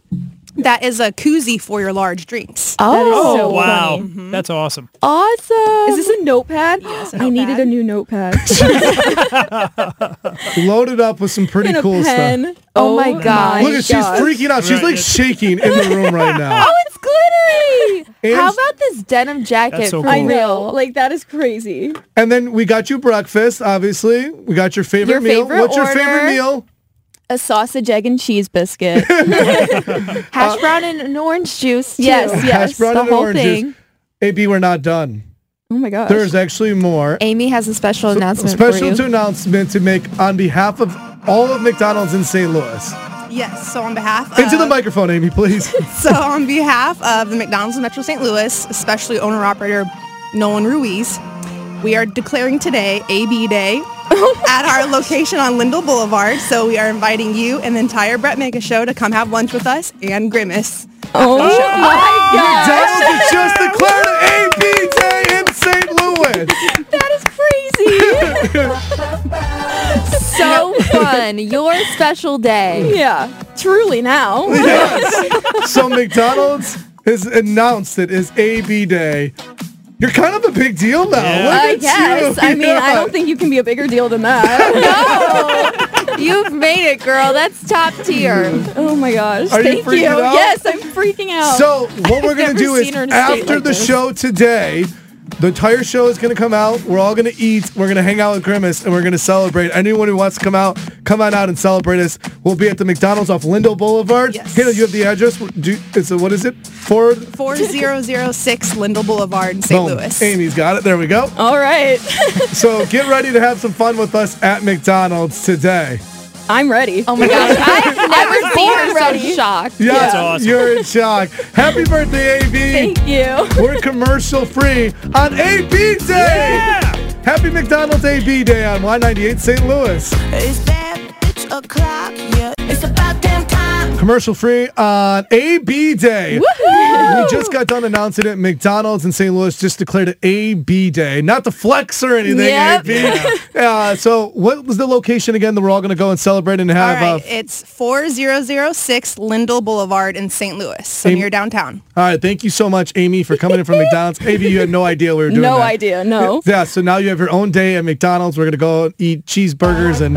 S17: That is a koozie for your large drinks.
S4: Oh, wow.
S3: Mm-hmm.
S4: That's awesome.
S3: Awesome.
S7: Is this a notepad? Yes, I needed a new notepad.
S2: Loaded up with some pretty
S7: And a
S2: cool
S7: pen.
S2: stuff.
S7: Oh my gosh.
S2: Look at she's freaking out. She's
S4: Right,
S2: like
S4: it's-
S2: shaking in the room right now.
S3: Oh, it's glittery.
S2: And-
S3: How about this denim jacket
S2: That's so
S3: for
S2: cool. I know.
S3: real?
S7: Like that is crazy.
S2: And then we got you breakfast, obviously. We got your favorite
S3: Your
S2: meal.
S3: favorite
S2: What's your
S3: order?
S2: favorite meal?
S7: A sausage, egg, and cheese biscuit.
S3: Hash brown and an orange juice. too.
S7: Yes,
S2: Hash brown and orange juice. AB, we're not done.
S7: Oh my gosh.
S2: There's actually more.
S3: Amy has a special announcement for
S2: Special
S3: you.
S2: to announcement to make on behalf of all of McDonald's in St. Louis.
S17: Yes. So on behalf
S2: Into
S17: of
S2: the microphone, Amy, please.
S17: So on behalf of the McDonald's of Metro St. Louis, especially owner-operator Nolan Ruiz, we are declaring today AB Day at our location on Lindell Boulevard. So we are inviting you and the entire Brett Mega Show to come have lunch with us and Grimace.
S7: Oh
S2: my McDonald's has just declared AB Day in St. Louis.
S3: That is crazy. so fun. Your special day.
S7: Yeah. Truly now.
S2: so McDonald's has announced it is AB Day. You're kind of a big deal now. Look
S7: I
S2: at
S7: guess.
S2: you.
S7: I mean, I don't
S2: Yeah.
S7: think you can be a bigger deal than that.
S3: You've made it, girl. That's top tier.
S7: Oh my gosh.
S2: Are you
S7: Thank
S2: freaking out?
S7: Yes, I'm freaking out.
S2: So what we're
S7: I've
S2: gonna
S7: never
S2: do is
S7: seen her in a state
S2: after
S7: like
S2: the
S7: this.
S2: show today, the entire show is gonna come out. We're all gonna eat. We're gonna hang out with Grimace, and we're gonna celebrate. Anyone who wants to come out, come on out and celebrate us. We'll be at the McDonald's off Lindo Boulevard.
S17: Yes.
S2: Hannah, you have the address. Do it's a, what is it? Ford.
S17: 4006 Lindell Boulevard in St.
S2: Boom.
S17: Louis.
S2: Amy's got it. There we go.
S7: All right.
S2: so get ready to have some fun with us at McDonald's today.
S7: I'm ready.
S3: Oh my gosh. I've never seen her so
S7: ready.
S3: shocked.
S2: Yeah,
S4: That's awesome.
S2: you're in shock. Happy birthday, AB.
S7: Thank you.
S2: We're commercial free on AB Day. Happy McDonald's AB Day on Y98 St. Louis.
S8: It's that bitch o'clock, yeah. It's about damn time.
S2: Commercial free on AB Day.
S7: Woohoo!
S2: We just got done announcing it. McDonald's in St. Louis just declared it AB Day. Not to flex or anything,
S7: Yep.
S2: AB. Uh, so, what was the location again that we're all going to go and celebrate and
S17: All
S2: have?
S17: right,
S2: uh,
S17: it's 4006 Lindell Boulevard in St. Louis, so
S2: Amy-
S17: near downtown.
S2: uh, all right. Thank you so much, Amy, for coming in from McDonald's. Amy, you had no idea we were doing
S7: No
S2: that.
S17: Uh,
S7: idea. No.
S2: Yeah, so now you have your own day at McDonald's. We're gonna go and eat cheeseburgers and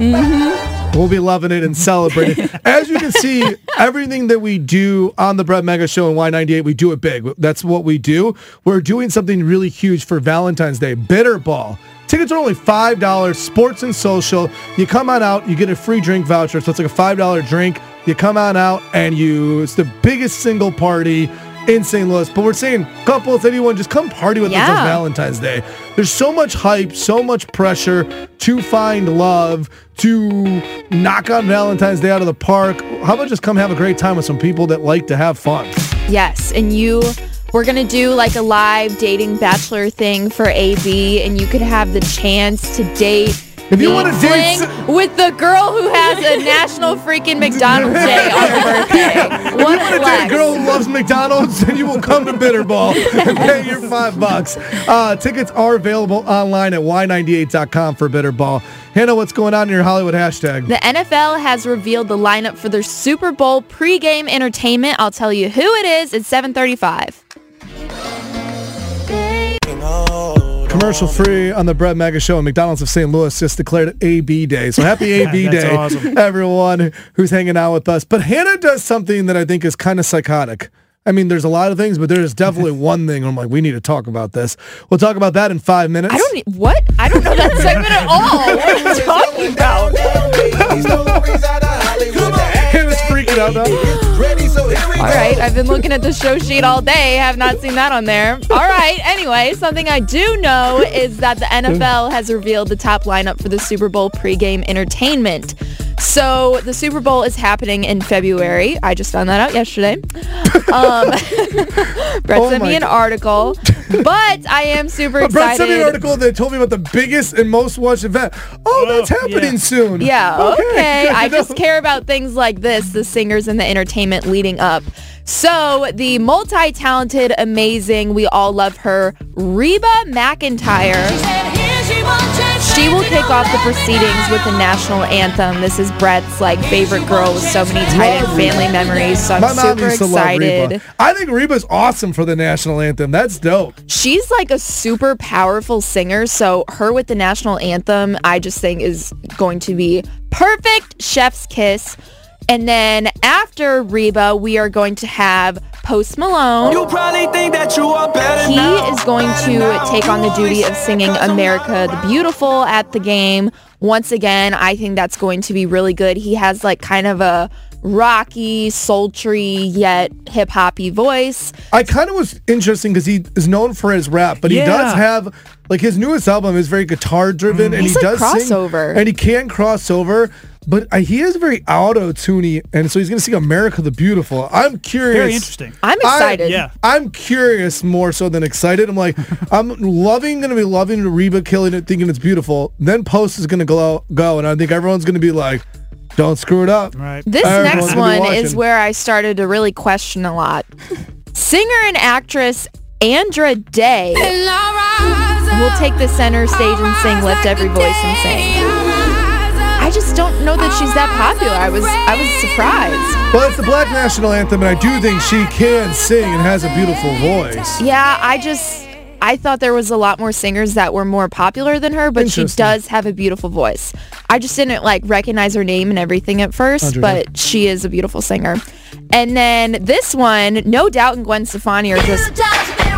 S18: Mm-hmm.
S2: we'll be loving it and celebrating. As you can see, everything that we do on the Brett Mega Show and Y98, we do it big. That's what we do. We're doing something really huge for Valentine's Day. Bitter Ball. Tickets are only $5, sports and social. You come on out, you get a free drink voucher. So it's like a $5 drink. You come on out and you, it's the biggest single party in St. Louis. But we're saying, couples, anyone, just come party with us on
S3: Yeah.
S2: Valentine's Valentine's Day. There's so much hype, so much pressure to find love, to knock on Valentine's Day out of the park. How about just come have a great time with some people that like to have fun?
S3: Yes, and you We're gonna do like a live dating bachelor thing for AB, and you could have the chance to date.
S2: If you
S3: the
S2: wanna date
S3: fling with the girl who has a national freaking McDonald's day on her birthday,
S2: If you
S3: what
S2: want to
S3: a
S2: date a
S3: flex!
S2: girl who loves McDonald's, then you will come to Bitterball and pay your five bucks. Uh, tickets are available online at y98.com for Bitterball. Hannah, what's going on in your Hollywood hashtag?
S3: The NFL has revealed the lineup for their Super Bowl pregame entertainment. I'll tell you who it is at 7:35.
S2: Commercial free on the Brett Mega Show and McDonald's of St. Louis just declared AB Day. So happy AB
S4: That's
S2: Day,
S4: awesome.
S2: everyone who's hanging out with us. But Hannah does something that I think is kind of psychotic. I mean, there's a lot of things, but there is definitely one thing I'm like, we need to talk about this. We'll talk about that in five minutes. I don't,
S3: what? I don't know that segment at all. What are you talking about?
S2: Hannah's freaking out now.
S3: All right, I've been looking at the show sheet all day. Have not seen that on there. All right. Anyway, something I do know is that the NFL has revealed the top lineup for the Super Bowl pregame entertainment. So the Super Bowl is happening in February. I just found that out yesterday. Um, Brett
S2: Oh
S3: sent
S2: my
S3: me an
S2: God.
S3: article, but I am super
S2: But
S3: excited.
S2: Brett sent me an article that told me about the biggest and most watched event. Oh, that's happening soon.
S3: Yeah, okay.
S2: good
S3: I
S2: to know.
S3: just care about things like this, the singers and the entertainment leading up. So the multi-talented, amazing, we all love her, Reba McIntyre. She will kick off the proceedings with the national anthem. This is Brett's like favorite girl with so many tight end family memories. So I'm
S2: My mom
S3: super
S2: used to love
S3: excited.
S2: Reba. I think Reba's awesome for the national anthem. That's dope.
S3: She's like a super powerful singer, so her with the national anthem, I just think is going to be perfect chef's kiss. And then after Reba, we are going to have Post Malone.
S6: You probably think that you are better
S3: He
S6: now.
S3: is going to take on the duty of singing America the Beautiful at the game. Once again, I think that's going to be really good. He has like kind of a rocky, sultry, yet hip hoppy voice.
S2: I kind of was interesting because he is known for his rap, but he
S3: Yeah.
S2: does have like his newest album is very guitar driven, and
S3: Mm. He's
S2: he
S3: a
S2: does sing-
S3: crossover.
S2: and he can cross over. But uh, he is very auto tuney, and so he's going to sing "America the Beautiful." I'm curious.
S4: interesting.
S3: I'm
S2: I-
S3: excited. Yeah.
S2: I'm curious more so than excited. I'm like, I'm loving, going to be loving Reba killing it, thinking it's beautiful. Then Post is going to go, go, and I think everyone's going to be like, "Don't screw it up." Right.
S3: This next one is where I started to really question a lot. Singer and actress Andra Day will take the center stage and sing "Lift Every Voice and Sing." I just don't know that she's that popular. I was I was surprised.
S2: Well, it's the Black National Anthem, and I do think she can sing and has a beautiful voice.
S3: Yeah, I just I thought there was a lot more singers that were more popular than her, but she
S2: Interesting.
S3: does have a beautiful voice. I just didn't like recognize her name and everything at first,
S2: Andra Day.
S3: but she is a beautiful singer. And then this one, no doubt, and Gwen Stefani are just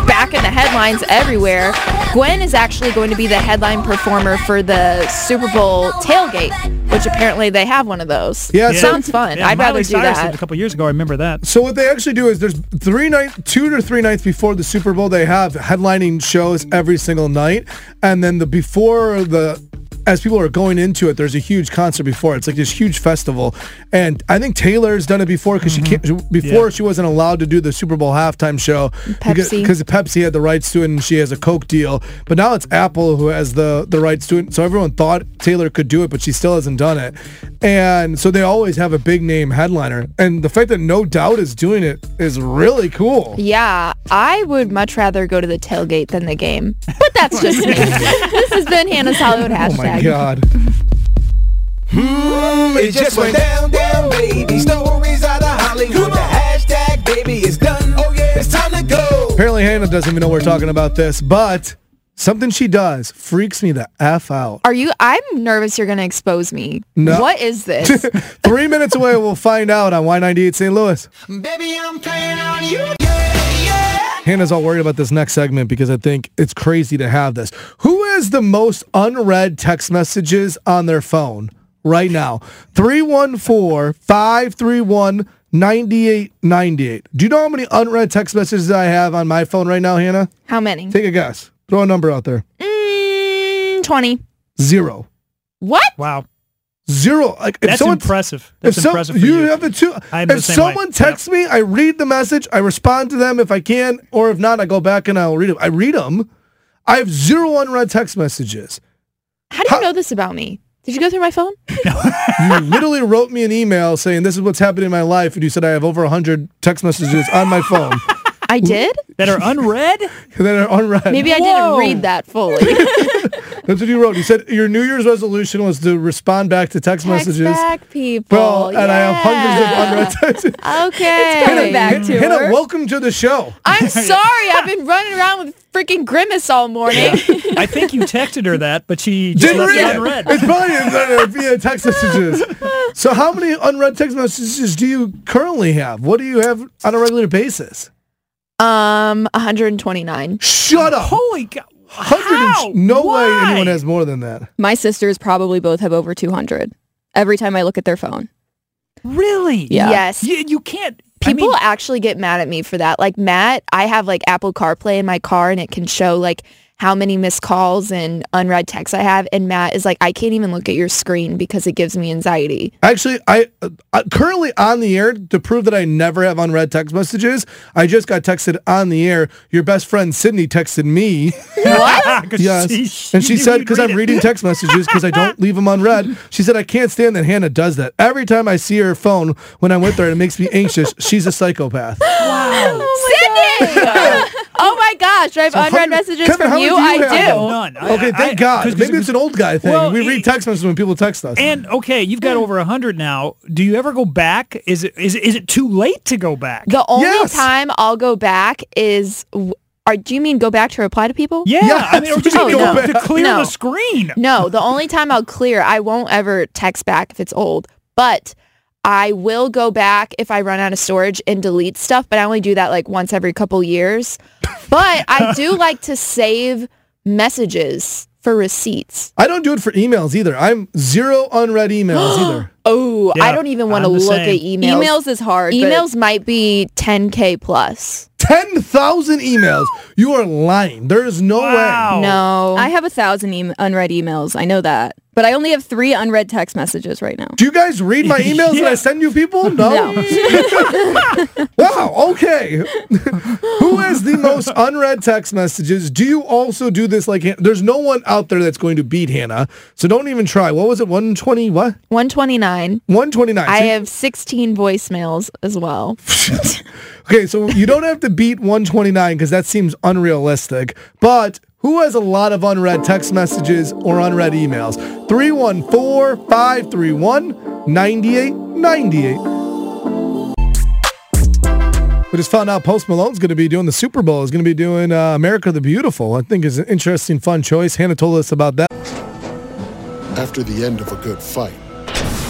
S3: back in the headlines everywhere. Gwen is actually going to be the headline performer for the Super Bowl tailgate, which apparently they have one of those. sounds fun.
S4: Yeah,
S3: I'd
S4: Miley
S3: rather do
S4: Cyrus
S3: that.
S4: did A couple years ago, I remember that.
S2: So what they actually do is there's three nights, two to three nights before the Super Bowl, they have headlining shows every single night, and then the before the. As people are going into it, there's a huge concert before. It's like this huge festival, and I think Taylor's done it before because she can't. Before she wasn't allowed to do the Super Bowl halftime show
S3: Pepsi.
S2: because Pepsi had the rights to it, and she has a Coke deal. But now it's Apple who has the the rights to it. So everyone thought Taylor could do it, but she still hasn't done it. And so they always have a big name headliner, and the fact that No Doubt is doing it is really cool.
S3: Yeah, I would much rather go to the tailgate than the game. But that's just me. this has been Hannah's Hollywood
S2: Oh my
S3: hashtag.
S2: god!
S14: Hmm, It just went down, down, baby. Stories out of Hollywood. The hashtag, baby, is done. Oh, yeah, it's time to go.
S2: Apparently Hannah doesn't even know we're talking about this, but something she does freaks me the f out.
S3: Are you? I'm nervous you're going to expose me.
S2: No.
S3: What is this?
S2: Three minutes away, we'll find out on Y98 St. Louis.
S14: Baby, I'm playing on you.
S2: Hannah's all worried about this next segment because I think it's crazy to have this. Who has the most unread text messages on their phone right now? 314 531 9898. Do you know how many unread text messages I have on my phone right now, Hannah?
S3: How many?
S2: Take a guess. Throw a number out there.
S3: Mm, 20.
S2: Zero.
S3: What?
S4: Wow.
S2: Zero. Like if
S4: That's
S2: someone,
S4: impressive. That's
S2: if so-
S4: impressive for
S2: you,
S4: you.
S2: have the two.
S4: I'm the
S2: if
S4: same way.
S2: someone texts me, I read the message. I respond to them if I can, or if not, I go back and I'll read them. I read them. I have zero unread text messages.
S3: How do you know this about me? Did you go through my phone?
S2: you literally wrote me an email saying this is what's happened in my life, and you said I have over hundred text messages on my phone.
S3: I did.
S4: That are unread.
S2: that are unread.
S3: Maybe I didn't read that fully.
S2: That's what you wrote. You said your New Year's resolution was to respond back to text,
S3: Text
S2: messages.
S3: back people.
S2: Well, and I have hundreds of unread texts.
S3: Okay.
S2: hit, hit a welcome to the show.
S3: I'm sorry. I've been running around with freaking grimace all morning.
S4: I think you texted her that, but she just
S2: Didn't
S4: left
S2: read
S4: it
S2: it.
S4: unread.
S2: It's probably in there via text messages. So, how many unread text messages do you currently have? What do you have on a regular basis?
S3: Um, 129.
S2: Shut up.
S4: Holy God.
S2: Hundred. And, no way anyone has more than that.
S7: My sisters probably both have over 200 every time I look at their phone.
S4: Really?
S7: Yeah.
S3: Yes.
S4: You, you can't.
S3: People actually get mad at me for that. Like Matt, I have like Apple CarPlay in my car and it can show like how many missed calls and unread texts I have. And Matt is like, I can't even look at your screen because it gives me anxiety.
S2: Actually, I uh, uh, currently on the air to prove that I never have unread text messages. I just got texted on the air. Your best friend Sydney texted me.
S4: What? 'Cause
S2: yes,
S4: she-
S2: and she
S4: knew
S2: said
S4: you'd
S2: because
S4: read
S2: I'm
S4: it."
S2: reading text messages because I don't leave them unread. She said I can't stand that Hannah does that. Every time I see her phone when I'm with her, it makes me anxious. She's a psychopath.
S3: Sydney! oh my gosh, do I have unread messages
S2: Kevin,
S3: from
S2: how many
S3: you?
S2: do
S3: I
S2: have?
S3: do.
S2: okay, thank God. Maybe it's an old guy thing.
S4: Well,
S2: we read text messages when people text us.
S4: And okay, you've got over a hundred now. Do you ever go back? Is it is it, is it too late to go back?
S3: The only time I'll go back is. w- Are, do you mean go back to reply to people?
S4: Yeah, I mean, or just
S3: Oh,
S4: even
S3: no.
S4: to clear
S3: No.
S4: the screen.
S3: No, the only time I'll clear, I won't ever text back if it's old, but I will go back if I run out of storage and delete stuff, but I only do that like once every couple years. But I do like to save messages for receipts.
S2: I don't do it for emails either. I'm zero unread emails either.
S3: Oh, I
S2: Yeah,
S3: don't even want to
S2: I'm the
S3: look at
S2: same.
S3: emails.
S7: Emails is hard, but-
S3: Emails might be 10K plus.
S2: 10,000 emails. You are lying. There is no way.
S3: No.
S7: I have a thousand em unread emails. I know that. But I only have three unread text messages right now.
S2: Do you guys read my emails that I send you people? No. wow. Okay. Who has the most unread text messages? Do you also do this like Han- there's no one out there that's going to beat Hannah. So don't even try. What was it? 120 what?
S3: 129.
S2: 129.
S3: I
S2: So-
S3: have 16 voicemails as well.
S2: Okay, so you don't have to beat 129 because that seems unrealistic. But who has a lot of unread text messages or unread emails? 314 531 9898. We just found out Post Malone's going to be doing the Super Bowl. Is going to be doing uh, America the Beautiful. I think is an interesting, fun choice. Hannah told us about that.
S19: After the end of a good fight,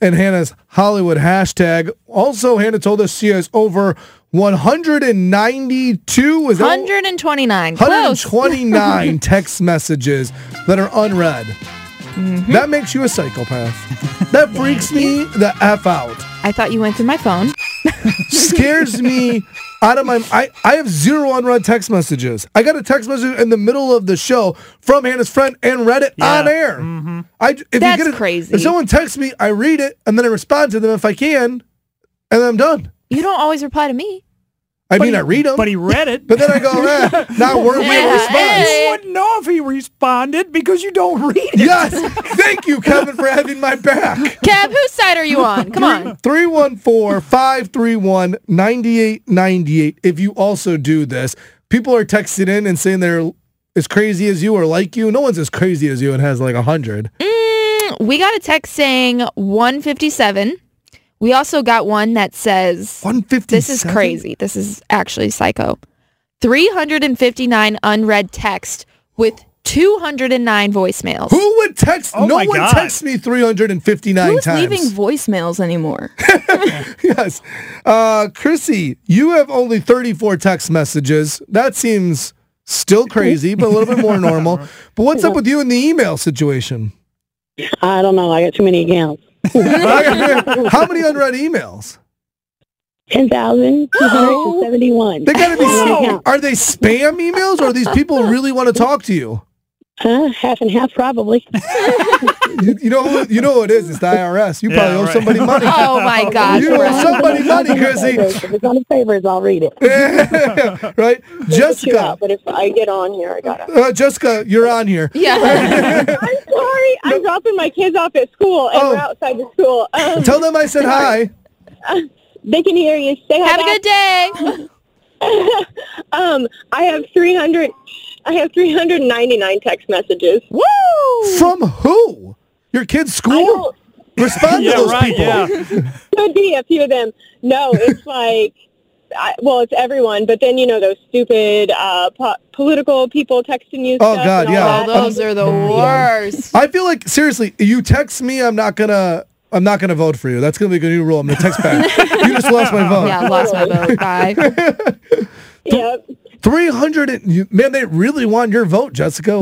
S2: and Hannah's Hollywood hashtag. Also, Hannah told us she has over 192. Is that
S3: 129. Close.
S2: 129 text messages that are unread.
S3: Mm-hmm.
S2: That makes you a psychopath. That freaks me the f out.
S3: I thought you went through my phone.
S2: Scares me out of my. I I have zero unread text messages. I got a text message in the middle of the show from Hannah's friend and read it on air. I if
S3: Mm-hmm. That's
S2: you get a-
S3: crazy.
S2: If someone texts me, I read it and then I respond to them if I can, and then I'm done.
S3: You don't always reply to me.
S2: I mean, I read them,
S4: But he read it.
S2: but then I go, eh, not worthy of response.
S4: You wouldn't know if he responded because you don't read it.
S2: Yes. Thank you, Kevin, for having my back.
S3: Kev, whose side are you on? Come on.
S2: 314-531-9898 if you also do this. People are texting in and saying they're as crazy as you or like you. No one's as crazy as you and has like a 100.
S7: Mm.
S3: We got a text saying 157. We also got one that says
S2: 157.
S3: This is crazy. This is actually psycho. 359 unread text with 209 voicemails.
S2: Who would text? no one texts me 359
S7: Oh Who's
S2: times.
S7: leaving voicemails anymore?
S2: yes. Uh, Chrissy, you have only 34 text messages. That seems still crazy, but a little bit more normal. But what's up with you in the email situation?
S18: I don't know. I got too many accounts.
S2: How many unread emails?
S18: 10,271.
S2: They gotta be. Are they spam emails, or these people really want to talk to you?
S18: Huh? Half and half, probably.
S2: You, you know, who, you know who it is. It's the IRS. You
S18: Yeah,
S2: probably owe
S18: right.
S2: somebody money.
S18: Oh, my gosh,
S2: You owe
S18: right.
S2: somebody money,
S18: If
S2: Chrissy.
S18: it's on the papers, I'll read it.
S2: right, Jessica.
S18: But if I get on here, I gotta.
S2: Uh, Jessica, you're on here.
S18: Yeah. I'm sorry. I'm dropping my kids off at school, and we're outside the school. Um,
S2: Oh. Tell them I said hi.
S18: Uh, they can hear you. Say hi.
S3: Have a
S18: day.
S3: good
S18: um, I have 300. I have 399 text messages.
S2: Woo! From who? Your kid's school? Respond
S18: Yeah,
S2: to those
S18: right,
S2: people.
S18: yeah. Could be a few of them. No, it's like, I, well, it's everyone. But then you know those stupid uh, po- political people texting you.
S2: Oh
S18: stuff
S2: God,
S18: and all
S2: yeah.
S18: that.
S2: I feel like seriously, you text me, I'm not gonna. I'm not going to vote for you. That's going to be a new rule. I'm going to text back. you just lost my vote.
S3: Yeah, lost my vote. Bye.
S18: Yep.
S2: 300 and you, man they really want your vote jessica do,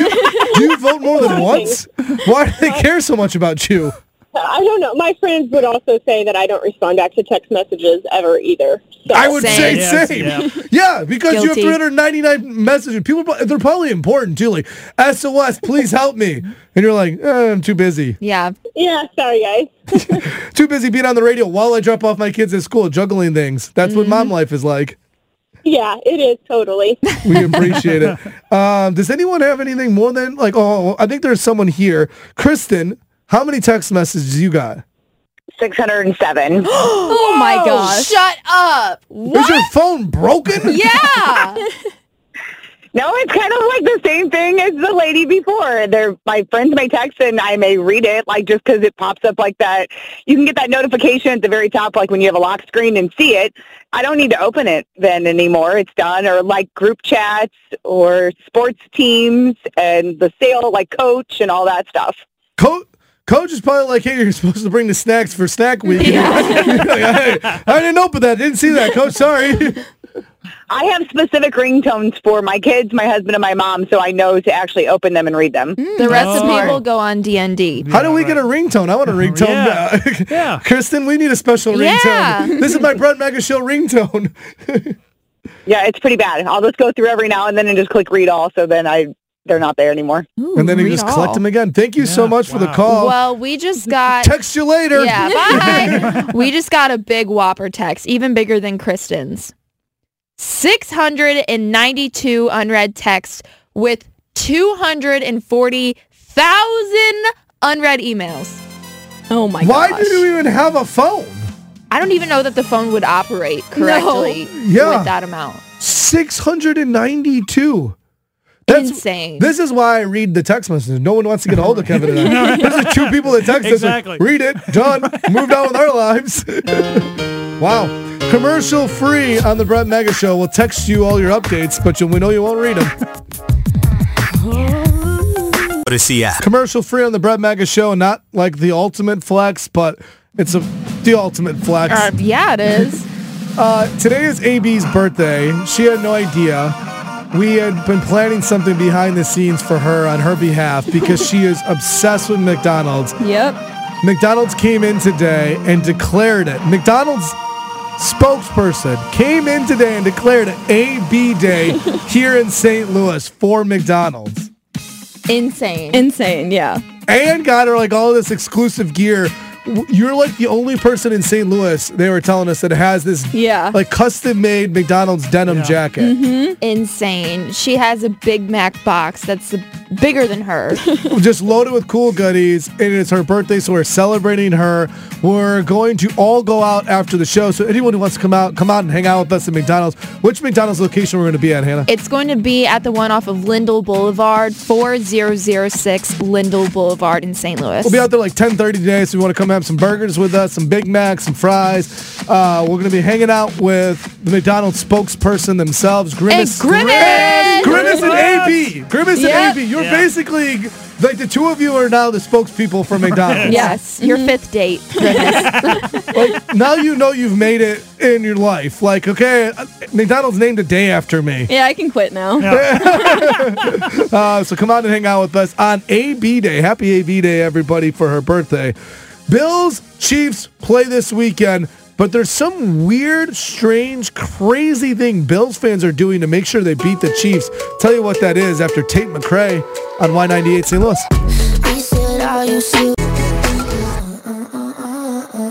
S2: you, do you vote more than once why do they care so much about you
S18: I don't know. My friends would also say that I don't respond back to text messages ever either. So.
S2: i would say same yeah, because you have
S18: Guilty.
S2: 399 messages people pro- they're probably important too like sos please help me and you're like eh, i'm too busy
S3: Yeah.
S18: Yeah. Sorry, guys.
S2: too busy being on the radio while i drop off my kids at school juggling things that's what mom life is like
S18: Yeah, it is totally.
S2: We appreciate it. Um, does anyone have anything more than like? Oh, I think there's someone here. Kristen, how many text messages you got?
S20: 607.
S3: oh
S20: my
S3: Whoa,
S20: gosh.
S3: Shut up.
S2: Is your phone broken?
S3: Yeah.
S20: No, it's kind of like the same thing as the lady before. They're, my friends may text and I may read it, like just because it pops up like that. You can get that notification at the very top, like when you have a lock screen and see it. I don't need to open it then anymore. It's done. Or like group chats or sports teams and the sale, like coach and all that stuff.
S2: Coach, coach is probably like, hey, you're supposed to bring the snacks for snack week. You're like, "Hey, I didn't open that. Didn't see that, coach. Oh, Sorry.
S20: I have specific ringtones for my kids, my husband, and my mom, so I know to actually open them and read them.
S3: Mm,
S20: Oh.
S3: The rest of people go on DND.
S2: How do we get a ringtone? I want a ringtone. Yeah. Kristen, we need a special
S20: Yeah.
S2: ringtone. This is my Brett Mega Show ringtone.
S20: Yeah, it's pretty bad. I'll just go through every now and then and just click read all, so then I they're not there anymore.
S2: and then you just collect them again. Thank you so much for the call.
S3: Well, we just got
S2: text you later.
S3: Yeah, bye. we just got a big whopper text, even bigger than Kristen's. 692 unread texts with 240,000 unread emails.
S7: Oh my
S2: Why did you even have a phone?
S3: I don't even know that the phone would operate correctly
S2: Yeah.
S3: with that amount.
S2: 692. That's
S3: Insane.
S2: This is why I read the text messages. No one wants to get a hold of Kevin and I. Those are two people that text
S4: Exactly.
S2: us. like, Read it. Done. Moved on with our lives. wow. Commercial free on the Brett Mega Show. We'll text you all your updates, but you, we know you won't read them.
S1: Odyssey app.
S2: Commercial free on the Brett Mega Show, not like the ultimate flex, but it's a the ultimate flex.
S3: Uh, yeah, it is.
S2: Uh, today is AB's birthday. She had no idea. We had been planning something behind the scenes for her on her behalf because she is obsessed with McDonald's.
S7: Yep.
S2: McDonald's came in today and declared it. McDonald's spokesperson came in today and declared it AB Day here in St. Louis for McDonald's
S3: Insane.
S7: Insane, yeah.
S2: and got her like all this exclusive gear. W- You're like the only person in St. Louis they were telling us that has this
S3: Yeah.
S2: like custom made McDonald's denim jacket.
S7: Mm-hmm.
S3: hmm Insane. She has a Big Mac box that's the- bigger than her.
S2: just loaded with cool goodies and it's her birthday so we're celebrating her we're going to all go out after the show so anyone who wants to come out come out and hang out with us at mcdonald's which mcdonald's location we're going to be at hannah
S3: It's going to be at the one off of Lindell Boulevard, 4006 Lindell Boulevard in St. Louis.
S2: We'll be out there like 10:30 today, so you want to come have some burgers with us, some Big Macs, some fries. Uh, we're gonna be hanging out with the McDonald's spokesperson themselves, Grimace.
S3: Grimace!
S2: Grimace! Grimace and AB. Grimace
S3: Yep.
S2: and AB. You're
S3: Yeah.
S2: basically like the two of you are now the spokespeople for McDonald's.
S3: Yes,
S7: Mm-hmm.
S3: your fifth date.
S2: Now you know you've made it in your life. Like, okay, uh, McDonald's named a day after me.
S7: Yeah, I can quit now.
S2: Uh, so come out and hang out with us on AB Day. Happy AB Day, everybody, for her birthday. Bills, Chiefs play this weekend, but there's some weird, strange, crazy thing Bills fans are doing to make sure they beat the Chiefs. Tell you what that is after Tate McRae on Y98 St. Louis.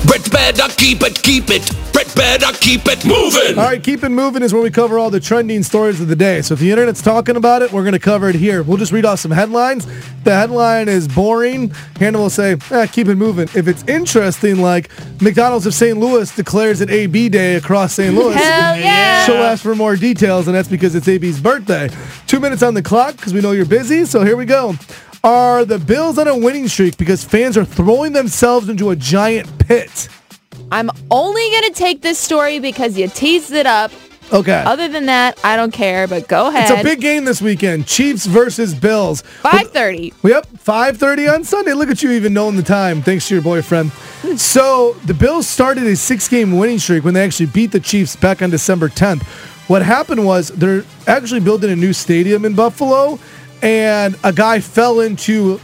S5: Bread bed, I keep it, keep it. Bread bed, I keep it moving.
S2: All right, keep it moving is where we cover all the trending stories of the day. So if the internet's talking about it, we're going to cover it here. We'll just read off some headlines. The headline is boring. Hannah will say, eh, keep it moving. If it's interesting, like McDonald's of St. Louis declares it AB Day across St. Louis.
S3: Hell yeah.
S2: She'll ask for more details, and that's because it's AB's birthday. Two minutes on the clock because we know you're busy. So here we go. Are the Bills on a winning streak because fans are throwing themselves into a giant pit?
S3: I'm only gonna take this story because you teased it up.
S2: Okay.
S3: Other than that, I don't care. But go ahead.
S2: It's a big game this weekend. Chiefs versus Bills.
S3: Five thirty.
S2: Yep, 5:30 on Sunday. Look at you even knowing the time, thanks to your boyfriend. So the Bills started a six-game winning streak when they actually beat the Chiefs back on December 10th. What happened was they're actually building a new stadium in Buffalo, and a guy fell into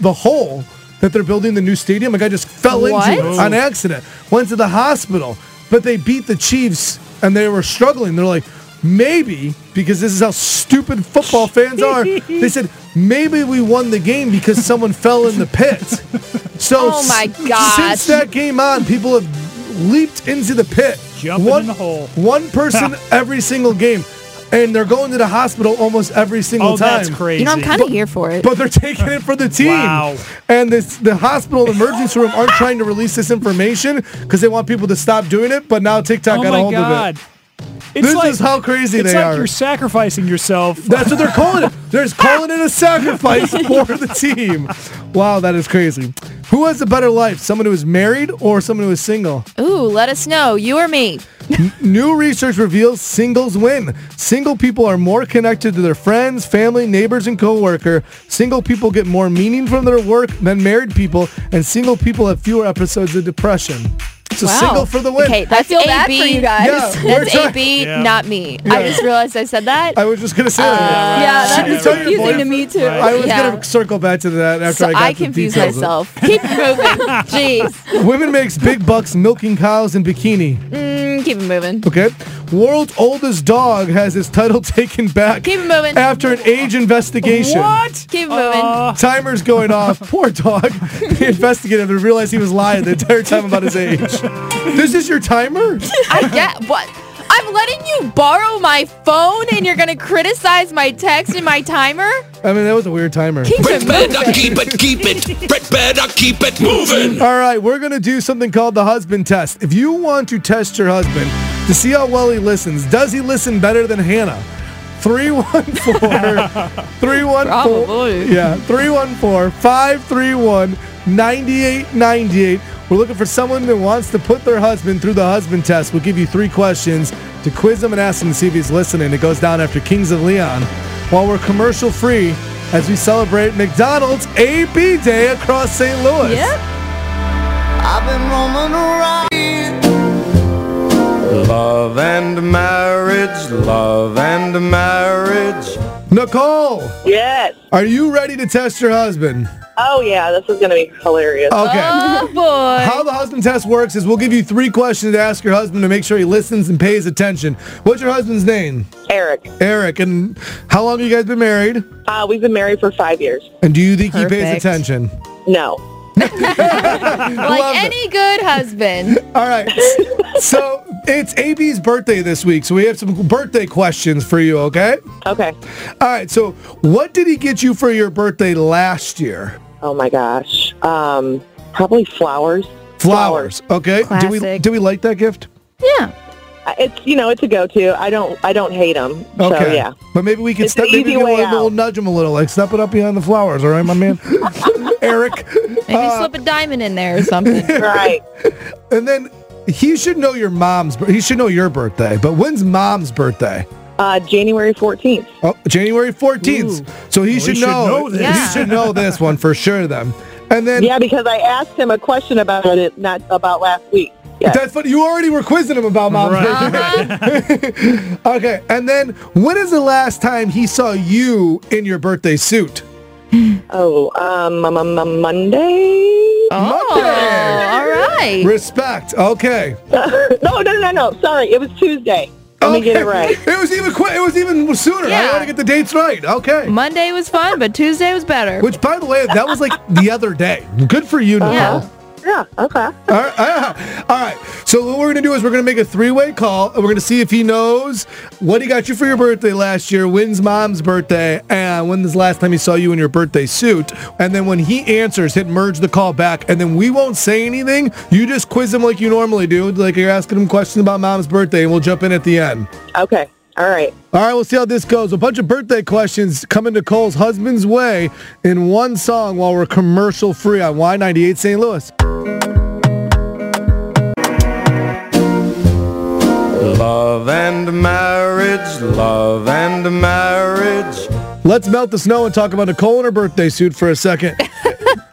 S2: the hole that they're building the new stadium. A guy just fell
S3: What?
S2: into it on accident. Went to the hospital, but they beat the Chiefs, and they were struggling. They're like. Maybe because this is how stupid football fans are. They said maybe we won the game because someone fell in the pit. So
S3: Oh my gosh.
S2: Since that game on, people have leaped into the pit. Jumping one, in the hole. One person every single game. And they're going to the hospital almost every single
S3: Oh,
S2: time.
S3: that's crazy. You know, I'm kinda
S2: But-
S3: here for it.
S2: But they're taking it for the team.
S3: Wow.
S2: And this, the hospital emergency room aren't trying to release this information because they want people to stop doing it. But now TikTok
S4: Oh
S2: got a
S4: my
S2: hold
S4: God.
S2: of it.
S4: It's
S2: this
S4: like-
S2: is how crazy
S4: it's
S2: they
S4: like
S2: are.
S4: you're sacrificing yourself.
S2: That's what they're calling it. They're just calling it a sacrifice for the team. Wow, that is crazy. Who has a better life, someone who is married or someone who is single?
S3: Ooh, let us know, you or me.
S2: N- New research reveals singles win. Single people are more connected to their friends, family, neighbors, and coworker. Single people get more meaning from their work than married people, and single people have fewer episodes of depression. So
S3: Wow.
S2: single for the win.
S3: Okay, that's
S7: feel
S3: AB.
S7: bad for you guys. Yeah, we're
S3: that's
S7: trying-
S3: AB,
S2: Yeah.
S3: not me.
S2: Yeah.
S3: I just realized I said that.
S2: I was just gonna say that.
S3: Uh, yeah, that's
S2: Should we tell your
S3: confusing to
S2: boyfriend?
S3: me too.
S2: I was
S3: Yeah.
S2: gonna circle back to that after
S3: so
S2: I got
S3: I
S2: the
S3: confuse
S2: details of-
S3: myself. Keep it moving. Jeez.
S2: Women makes big bucks milking cows in bikini.
S3: Mm, keep it moving.
S2: Okay. World's oldest dog has his title taken back.
S3: Keep it moving.
S2: After an age investigation.
S3: Keep it moving.
S7: Uh,
S2: Timer's going off. Poor dog. They investigated him and realized he was lying the entire time about his age. This is your timer?
S3: I get what. I'm letting you borrow my phone and you're going to criticize my text and my timer?
S2: I mean, that was a weird timer.
S3: Keep
S5: Bread bed, I keep it, keep it. Bread bed, I keep it moving.
S2: All right, we're going to do something called the husband test. If you want to test your husband to see how well he listens, does he listen better than Hannah? 314 314
S3: Probably.
S2: Yeah, 314 531 9898. We're looking for someone that wants to put their husband through the husband test. We'll give you three questions to quiz him and ask him to see if he's listening. It goes down after Kings of Leon while we're commercial free as we celebrate McDonald's AB Day across St. Louis.
S8: I've been roaming around.
S9: Love and marriage, love and marriage.
S2: Nicole,
S20: Yes.
S2: are you ready to test your husband?
S20: Oh yeah, this is gonna be hilarious.
S2: Okay.
S3: Oh, boy.
S2: How the husband test works is we'll give you three questions to ask your husband to make sure he listens and pays attention. What's your husband's name?
S20: Eric.
S2: Eric. And how long have you guys been married?
S20: Uh, we've been married for five years.
S2: And do you think he pays
S20: Perfect.
S2: attention?
S20: No.
S3: Like any good husband.
S2: All right. so it's AB's birthday this week, so we have some birthday questions for you, okay?
S20: Okay.
S2: All right. So what did he get you for your birthday last year?
S20: Oh my gosh. Um, probably flowers.
S2: Flowers. Okay. Do we
S20: Classic.
S2: do we like that gift?
S3: Yeah.
S20: Uh, It's you know it's a go-to. I don't I don't hate them.
S2: Okay.
S20: So yeah.
S2: But maybe we can
S20: It's
S2: step
S20: the
S2: maybe
S20: easy
S2: we can
S20: way
S2: we'll, we'll nudge him a little, like step it up behind the flowers, all right, my man? Eric. uh,
S3: Maybe slip a diamond in there or something.
S20: right.
S2: And then he should know your mom's bir- he should know your birthday, but when's mom's birthday?
S18: Uh, January 14th.
S20: Uh,
S2: Oh, January 14th. So he
S18: We
S2: should,
S18: should know this. Yeah.
S2: He should know this one for sure then. And then
S18: yeah, because I asked him a question about it not about last week.
S2: That's funny. You already were quizzing him about mom's birthday. okay. And then when is the last time he saw you in your birthday suit?
S18: Oh, um, um, um, um, Monday.
S2: Monday.
S3: Oh, all right.
S2: Respect. Okay.
S18: no, no, no, no. Sorry, it was Tuesday. Let me get it right.
S2: It was even quick. It was even sooner. I gotta get the dates right. Okay.
S3: Monday was fun, but Tuesday was better.
S2: Which, by the way, that was like the other day. Good for you, Nicole.
S3: Yeah.
S18: Uh-huh. Yeah. Okay.
S2: All right, yeah. All right. So what we're gonna do is we're gonna make a three-way call, and we're gonna see if he knows what he got you for your birthday last year, when's mom's birthday, and when this last time he saw you in your birthday suit. And then when he answers, hit merge the call back, and then we won't say anything. You just quiz him like you normally do, like you're asking him questions about mom's birthday, and we'll jump in at the end.
S18: Okay. All right.
S2: All right, we'll see how this goes. A bunch of birthday questions coming Nicole's husband's way in one song while we're commercial free on Y98 St. Louis.
S9: Love and marriage, love and marriage.
S2: Let's melt the snow and talk about Nicole and her birthday suit for a second.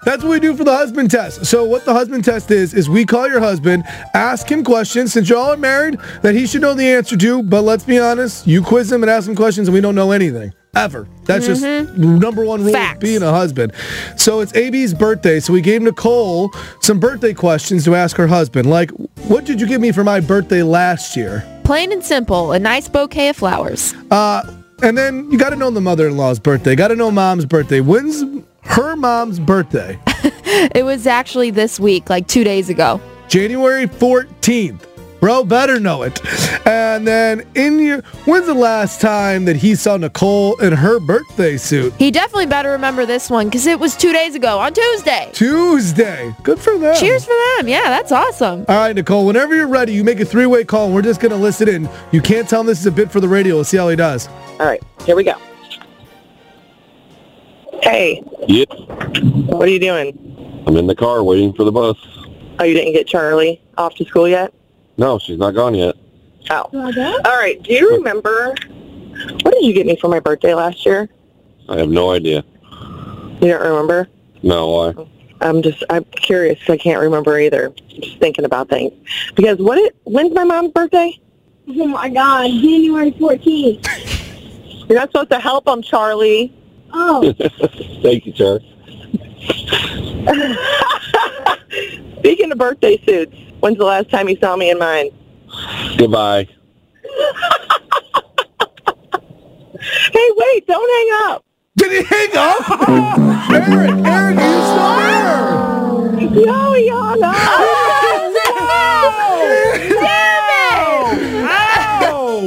S2: That's what we do for the husband test. So what the husband test is, is we call your husband, ask him questions, since y'all are married, that he should know the answer to, but let's be honest, you quiz him and ask him questions and we don't know anything. Ever. That's just number one rule of being a husband. So it's AB's birthday, so we gave Nicole some birthday questions to ask her husband, like, what did you give me for my birthday last year?
S3: Plain and simple, a nice bouquet of flowers.
S2: Uh, and then you got to know the mother-in-law's birthday. Got to know mom's birthday. When's her mom's birthday?
S3: It was actually this week, like two days ago.
S2: January 14th. Bro, better know it. And then in your, when's the last time that he saw Nicole in her birthday suit?
S3: He definitely better remember this one because it was two days ago on Tuesday.
S2: Tuesday. Good for them.
S3: Cheers for them. Yeah, that's awesome.
S2: All right, Nicole, whenever you're ready, you make a three-way call and we're just going to listen in. You can't tell him this is a bit for the radio. We'll see how he does.
S18: All right. Here we go. Hey,
S12: Yeah,
S18: what are you doing?
S12: I'm in the car waiting for the bus.
S18: Oh, you didn't get Charlie off to school yet?
S12: No, she's not gone yet.
S18: Oh. All right. Do you remember what did you get me for my birthday last year?
S12: I have no idea.
S18: You don't remember?
S12: No, why?
S18: I'm just I'm curious. 'cause I can't remember either. Just thinking about things because what it when's my mom's birthday? Oh my God, January 14th. You're not supposed to help them, Charlie. Oh.
S12: Thank you, sir.
S18: Speaking of birthday suits, when's the last time you saw me in mine?
S12: Goodbye.
S18: Hey, wait! Don't hang up.
S2: Did he hang up? Eric, Eric, are you still
S18: there? No, he hung up.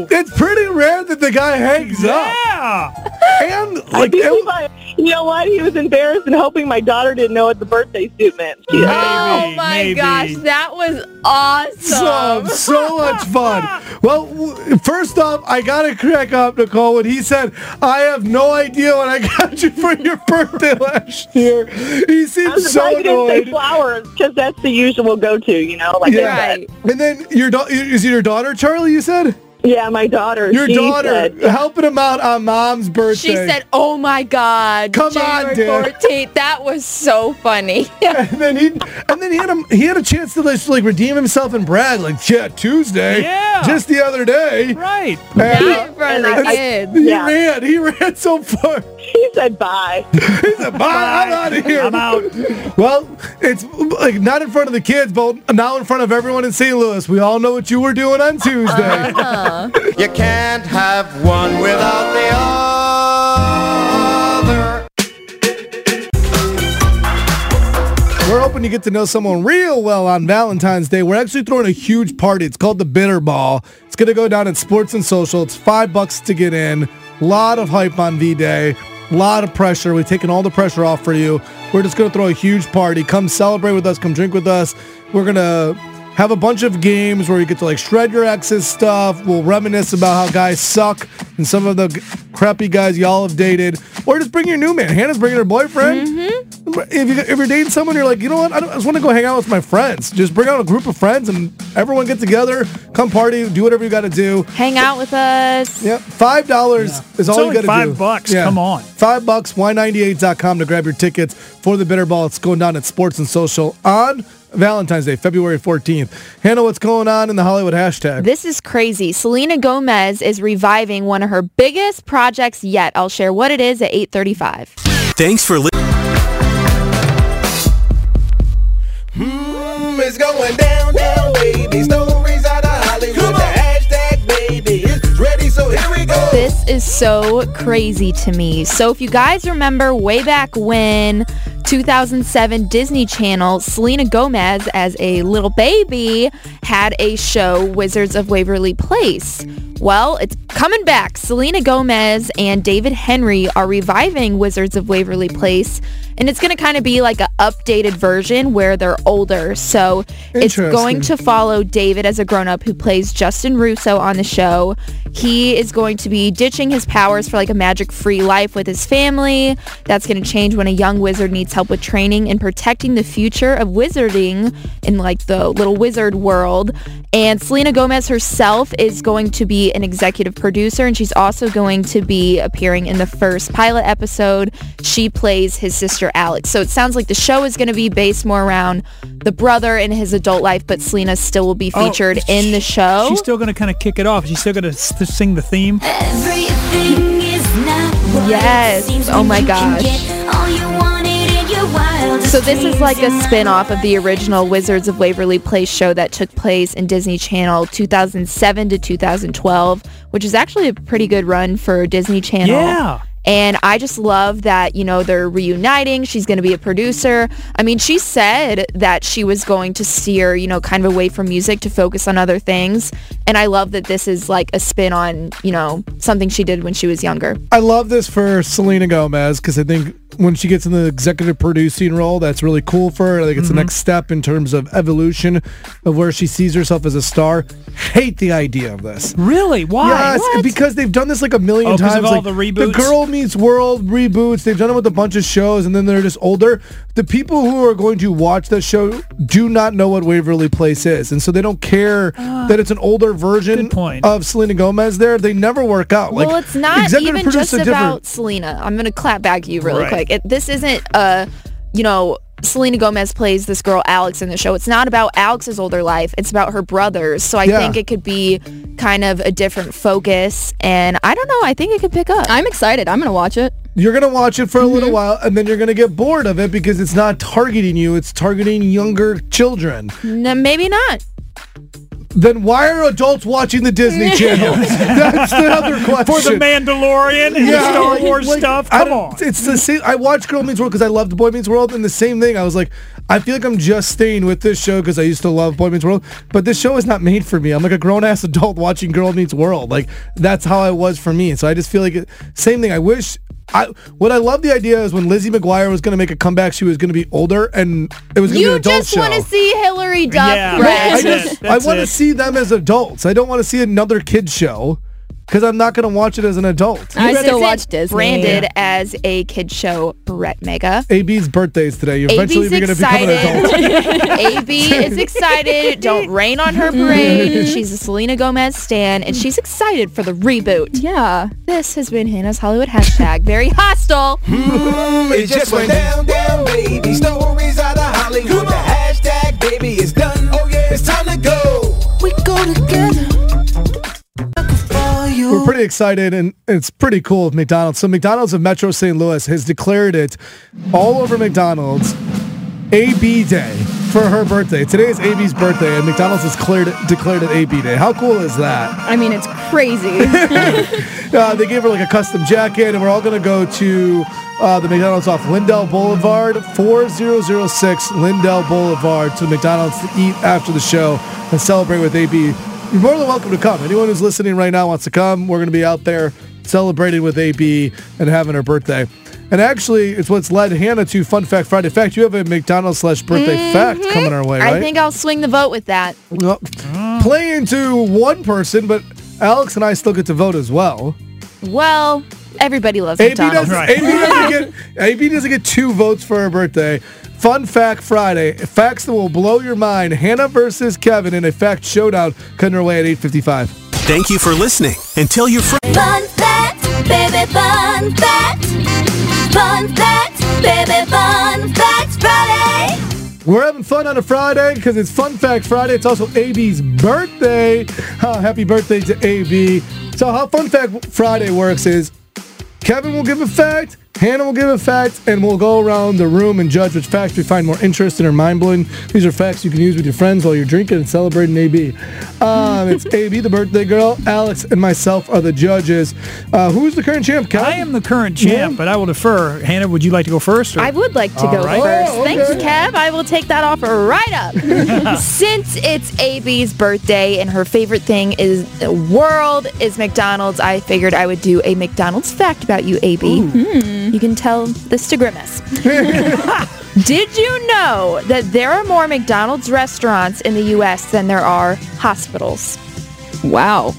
S2: It's pretty rare that the guy hangs
S4: up.
S2: Yeah. And like,
S18: I think he might- you know what? He was embarrassed and hoping my daughter didn't know what the birthday suit meant.
S3: oh my gosh, that was awesome.
S2: Awesome. So much fun. Well, w- first off, I got to crack up, Nicole, when he said, I have no idea what I got you for your birthday last year. He
S18: I was
S2: seems
S18: surprised
S2: so
S18: he didn't say
S2: annoyed.
S18: flowers because that's the usual go-to, you know. Like
S2: yeah. And then your daughter, is it your daughter, Charlie, you said?
S18: Yeah, my daughter.
S2: Your
S18: She
S2: daughter
S18: said-
S2: helping him out on mom's birthday.
S3: She said, "Oh my God,
S2: Come on,
S3: January
S2: dude."
S3: 14th. That was so funny."
S2: and then he and then he had a he had a chance to just like redeem himself and brag like yeah Tuesday
S4: Yeah.
S2: just the other day
S4: right
S3: Yeah, in front of the kids.
S2: he
S3: Yeah.
S2: ran he ran so far
S18: he said bye
S2: he said bye, I'm out of here
S4: I'm out.
S2: well it's like not in front of the kids but now in front of everyone in St. Louis we all know what you were doing on Tuesday
S18: Uh-huh.
S9: You can't have one without the other.
S2: We're hoping you get to know someone real well on Valentine's Day. We're actually throwing a huge party. It's called the Bitter Ball. It's going to go down at Sports and Social. It's five bucks to get in. A lot of hype on V-Day. A lot of pressure. We've taken all the pressure off for you. We're just going to throw a huge party. Come celebrate with us. Come drink with us. We're going to have a bunch of games where you get to like shred your ex's stuff. We'll reminisce about how guys suck and
S18: Mm-hmm.
S2: some of the g- crappy guys y'all have dated. Or just bring your new man. Hannah's bringing her boyfriend. if, you, if you're dating someone, you're like, you know what? I, don't, I just want to go hang out with my friends. Just bring out a group of friends and everyone get together, come party, do whatever you got to do.
S3: Hang out with us.
S2: Yep. Five dollars is
S4: It's
S2: all you
S4: only
S2: got to do.
S4: five bucks, come on.
S2: Five bucks. Y98.com to grab your tickets for the bitter ball. It's going down at Sports and Social on Valentine's Day, February 14th. Hannah, what's going on in the Hollywood hashtag?
S3: This is crazy. Selena Gomez is reviving one of her biggest projects yet. I'll share what it is at 8:35.
S1: Thanks for listening.
S14: Mm, it's going down, down, baby. Stories out of Hollywood. The hashtag, baby, is ready, so here we go.
S3: This is so crazy to me. So if you guys remember way back when 2007 Disney Channel, Selena Gomez as a little baby had a show Wizards of Waverly Place. Well, it's coming back. Selena Gomez and David Henry are reviving Wizards of Waverly Place and it's going to kind of be like an updated version where they're older. So it's going
S2: Interesting.
S3: to follow David as a grown-up who plays Justin Russo on the show. He is going to be ditching his powers for like a magic-free life with his family. That's going to change when a young wizard needs help with training and protecting the future of wizarding in like the little wizard world. And Selena Gomez herself is going to be an executive producer and she's also going to be appearing in the first pilot episode. She plays his sister Alex. So it sounds like the show is going to be based more around the brother and his adult life, but Selena still will be
S4: Oh,
S3: featured in the show.
S4: She's still going to kind of kick it off. She's still going to sing the theme.
S13: Everything is not what
S3: Yes.
S13: it seems
S3: Oh
S13: when
S3: my
S13: you can
S3: gosh.
S13: get all you wanted in your wildest
S3: So this is
S13: dreams.
S3: like a spin-off of the original Wizards of Waverly Place show that took place in Disney Channel 2007 to 2012, which is actually a pretty good run for Disney Channel.
S4: Yeah.
S3: And I just love that, you know, they're reuniting. She's going to be a producer. I mean, she said that she was going to steer, you know, kind of away from music to focus on other things. And I love that this is like a spin on, you know, something she did when she was younger.
S2: I love this for Selena Gomez because I think when she gets in the executive producing role, that's really cool for her. I think it's
S4: Mm-hmm.
S2: the next step in terms of evolution of where she sees herself as a star. Hate the idea of this.
S4: Really? Why?
S2: Yes, because they've done this like a million
S4: Oh, 'cause
S2: times.
S4: of all
S2: like,
S4: the reboots?
S2: Girl Meets World reboots. They've done it with a bunch of shows, and then they're just older. The people who are going to watch that show do not know what Waverly Place is, and so they don't care
S4: Ah.
S2: that it's an older version of Selena Gomez. There, they never work out.
S3: well,
S2: like,
S3: it's not
S2: executive
S3: even
S2: producer
S3: just
S2: different.
S3: about Selena. I'm gonna clap back you really
S2: Right.
S3: quick. It, this isn't uh, you know, Selena Gomez plays this girl Alex in the show. It's not about Alex's older life. It's about her brothers. So I
S7: Yeah.
S3: think it could be kind of a different focus. And I don't know. I think it could pick up.
S7: I'm excited. I'm gonna watch it.
S2: You're gonna watch it for a
S3: Mm-hmm.
S2: little while, and then you're gonna get bored of it because it's not targeting you. It's targeting younger children.
S3: No, maybe not.
S2: Then why are adults watching the Disney Channel? That's the other question.
S4: For the Mandalorian and the Star Wars
S2: like,
S4: stuff.
S2: I
S4: Come
S2: don't-
S4: on.
S2: It's the same. I watched Girl Meets World because I loved Boy Meets World, and the same thing. I was like, I feel like I'm just staying with this show because I used to love Boy Meets World, but this show is not made for me. I'm like a grown ass adult watching Girl Meets World. Like that's how I was for me. So I just feel like it, same thing. I wish. I what I love the idea is when Lizzie McGuire was going to make a comeback, she was going to be older, and it was going to be
S3: You
S2: an adult
S3: just
S2: show.
S3: want to see Hillary Duff.
S2: Yeah,
S3: Brett.
S2: I just I want to see them as adults. I don't want to see another kid show because I'm not going to watch it as an adult.
S3: This isn't Branded as a kid show, Brett Mega.
S2: AB's birthday is today. You're eventually
S3: AB's
S2: going to become an adult.
S3: excited. AB is excited. Don't rain on her parade. She's a Selena Gomez stan, and she's excited for the reboot.
S7: Yeah.
S3: This has been Hannah's Hollywood hashtag. Very hostile.
S14: Hmm, It just went down, down, baby. Stories out of Hollywood. The hashtag, baby, is done. Oh, yeah, it's time to go.
S8: We go together.
S2: We're pretty excited, and it's pretty cool with McDonald's. So McDonald's of Metro St. Louis has declared it all over McDonald's AB Day for her birthday. Today is AB's birthday, and McDonald's has cleared, declared it AB Day. How cool is that?
S7: I mean, it's crazy.
S2: Uh, they gave her like a custom jacket, and we're all gonna go to uh, the McDonald's off Lindell Boulevard, 4006 Lindell Boulevard, to McDonald's to eat after the show and celebrate with AB. You're more than welcome to come. Anyone who's listening right now wants to come. We're gonna be out there celebrating with AB and having her birthday. And actually, it's what's led Hannah to Fun Fact Friday. In fact, you have a McDonald's slash birthday fact coming our way, right?
S3: Mm-hmm. I think I'll swing the vote with that.
S2: Well, playing to one person, but Alex and I still get to vote as well.
S3: Well, Everybody loves
S2: AB
S3: McDonald's.
S2: doesn't, AB, doesn't get, AB doesn't get two votes for her birthday. Fun fact Friday. Facts that will blow your mind. Hannah versus Kevin in a fact showdown cutting her way at 855.
S1: Thank you for listening and tell your friends.
S13: Fun fact, baby, fun fact. Fun fact, baby, fun fact Friday.
S2: We're having fun on a Friday because it's Fun Fact Friday. It's also AB's birthday. Huh, happy birthday to AB. So, how Fun Fact Friday works is Kevin will give a fact, Hannah will give a fact, and we'll go around the room and judge which facts we find more interesting or mind blowing. These are facts you can use with your friends while you're drinking and celebrating AB. Um, it's AB, the birthday girl. Alex and myself are the judges. Uh, who's the current champ, Kevin? I
S4: am the current champ, but I will defer. Hannah, would you like to go first? or-
S3: I would like to
S4: All
S3: go
S4: right.
S3: first.
S4: Oh,
S3: Thanks,
S4: okay.
S3: Kev. I will take that offer right up. Since it's AB's birthday and her favorite thing is the world is McDonald's, I figured I would do a McDonald's fact about you, AB. You can tell this to Grimace. Did you know that there are more McDonald's restaurants in the U.S. than there are hospitals?
S7: Wow.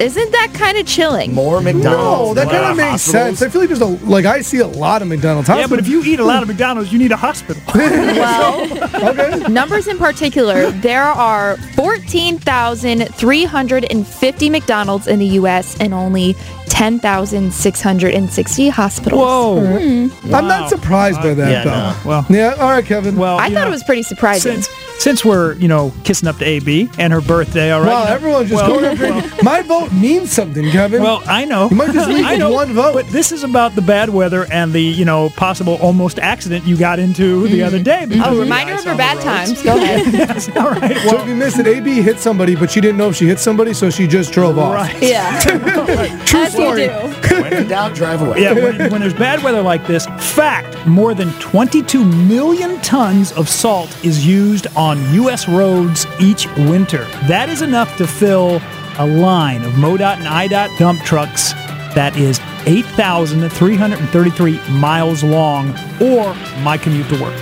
S3: Isn't that kind of chilling?
S10: More
S2: No, that kind of makes sense. I feel like there's a like I see a lot of McDonald's.
S3: Yeah, but if you eat a lot of
S4: McDonald's, you need a hospital.
S3: well, numbers in particular, there are 14,350 McDonald's in the U.S. and only 10,660 hospitals. Hmm.
S4: Whoa.
S2: I'm not surprised by that,
S4: yeah,
S2: though.
S4: no. Well,
S2: yeah. All right, Kevin.
S4: Well,
S3: I
S4: you
S3: thought
S4: know,
S3: it was pretty surprising.
S4: Since, since we're you know kissing up to AB and her birthday, all right.
S2: Wow,
S4: you know,
S2: everyone's just going after AB. My vote means something, Kevin.
S4: Well, I know.
S2: You might just leave
S4: I
S2: with
S4: know,
S2: one vote.
S4: But this is about the bad weather and the you know possible almost accident you got into the other day. because
S3: Oh,
S4: the
S3: reminder
S4: ice
S3: of her
S4: on the
S3: bad
S4: roads.
S3: times. Go ahead.
S4: yes, all right.
S2: so if you missed it, AB hit somebody, but she didn't know if she hit somebody, so she just drove off.
S4: Right.
S3: Yeah.
S2: True
S10: As you
S2: story.
S10: When in doubt, drive away.
S4: Yeah, when, when there's bad weather like this, fact, more than 22 million tons of salt is used on U.S. roads each winter. That is enough to fill a line of MoDOT and IDOT dump trucks that is 8,333 miles long or my commute to work.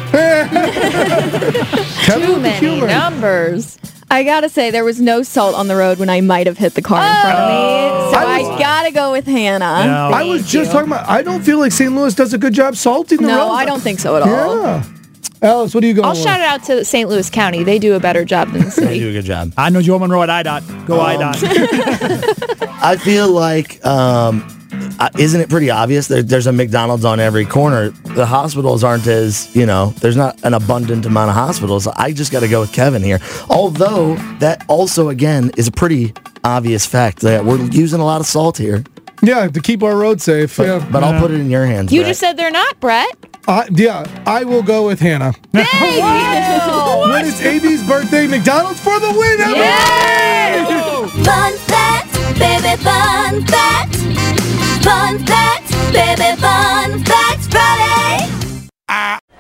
S7: Too many numbers. I gotta say, there was no salt on the road when I might have hit the car in front
S3: Oh.
S7: of me, so I, gotta go with Hannah.
S2: I was just talking about. I don't feel like St. Louis does a good job salting the
S7: No,
S2: roads.
S7: I don't think so at all.
S2: Yeah. Alice, what are you going?
S3: I'll shout it out to St. Louis County. They do a better job than the
S10: You
S3: city.
S10: do a good job.
S4: I know Joe Monroe at IDOT.
S10: Um,
S4: Go IDOT.
S10: I feel like, um, uh, isn't it pretty obvious that there's a McDonald's on every corner? The hospitals aren't as, you know, there's not an abundant amount of hospitals. I just got to go with Kevin here. Although that also, again, is a pretty obvious fact that we're using a lot of salt here.
S2: Yeah, to keep our roads safe.
S10: But,
S2: yeah.
S10: but I'll put it in your hands.
S3: You
S10: Brett.
S3: just said they're not, Brett.
S2: I, yeah, I will go with Hannah. when it's AB's birthday, McDonald's for the win. everybody!
S13: Fun fact, baby, fun fact. Fun fact, baby, fun fact Friday.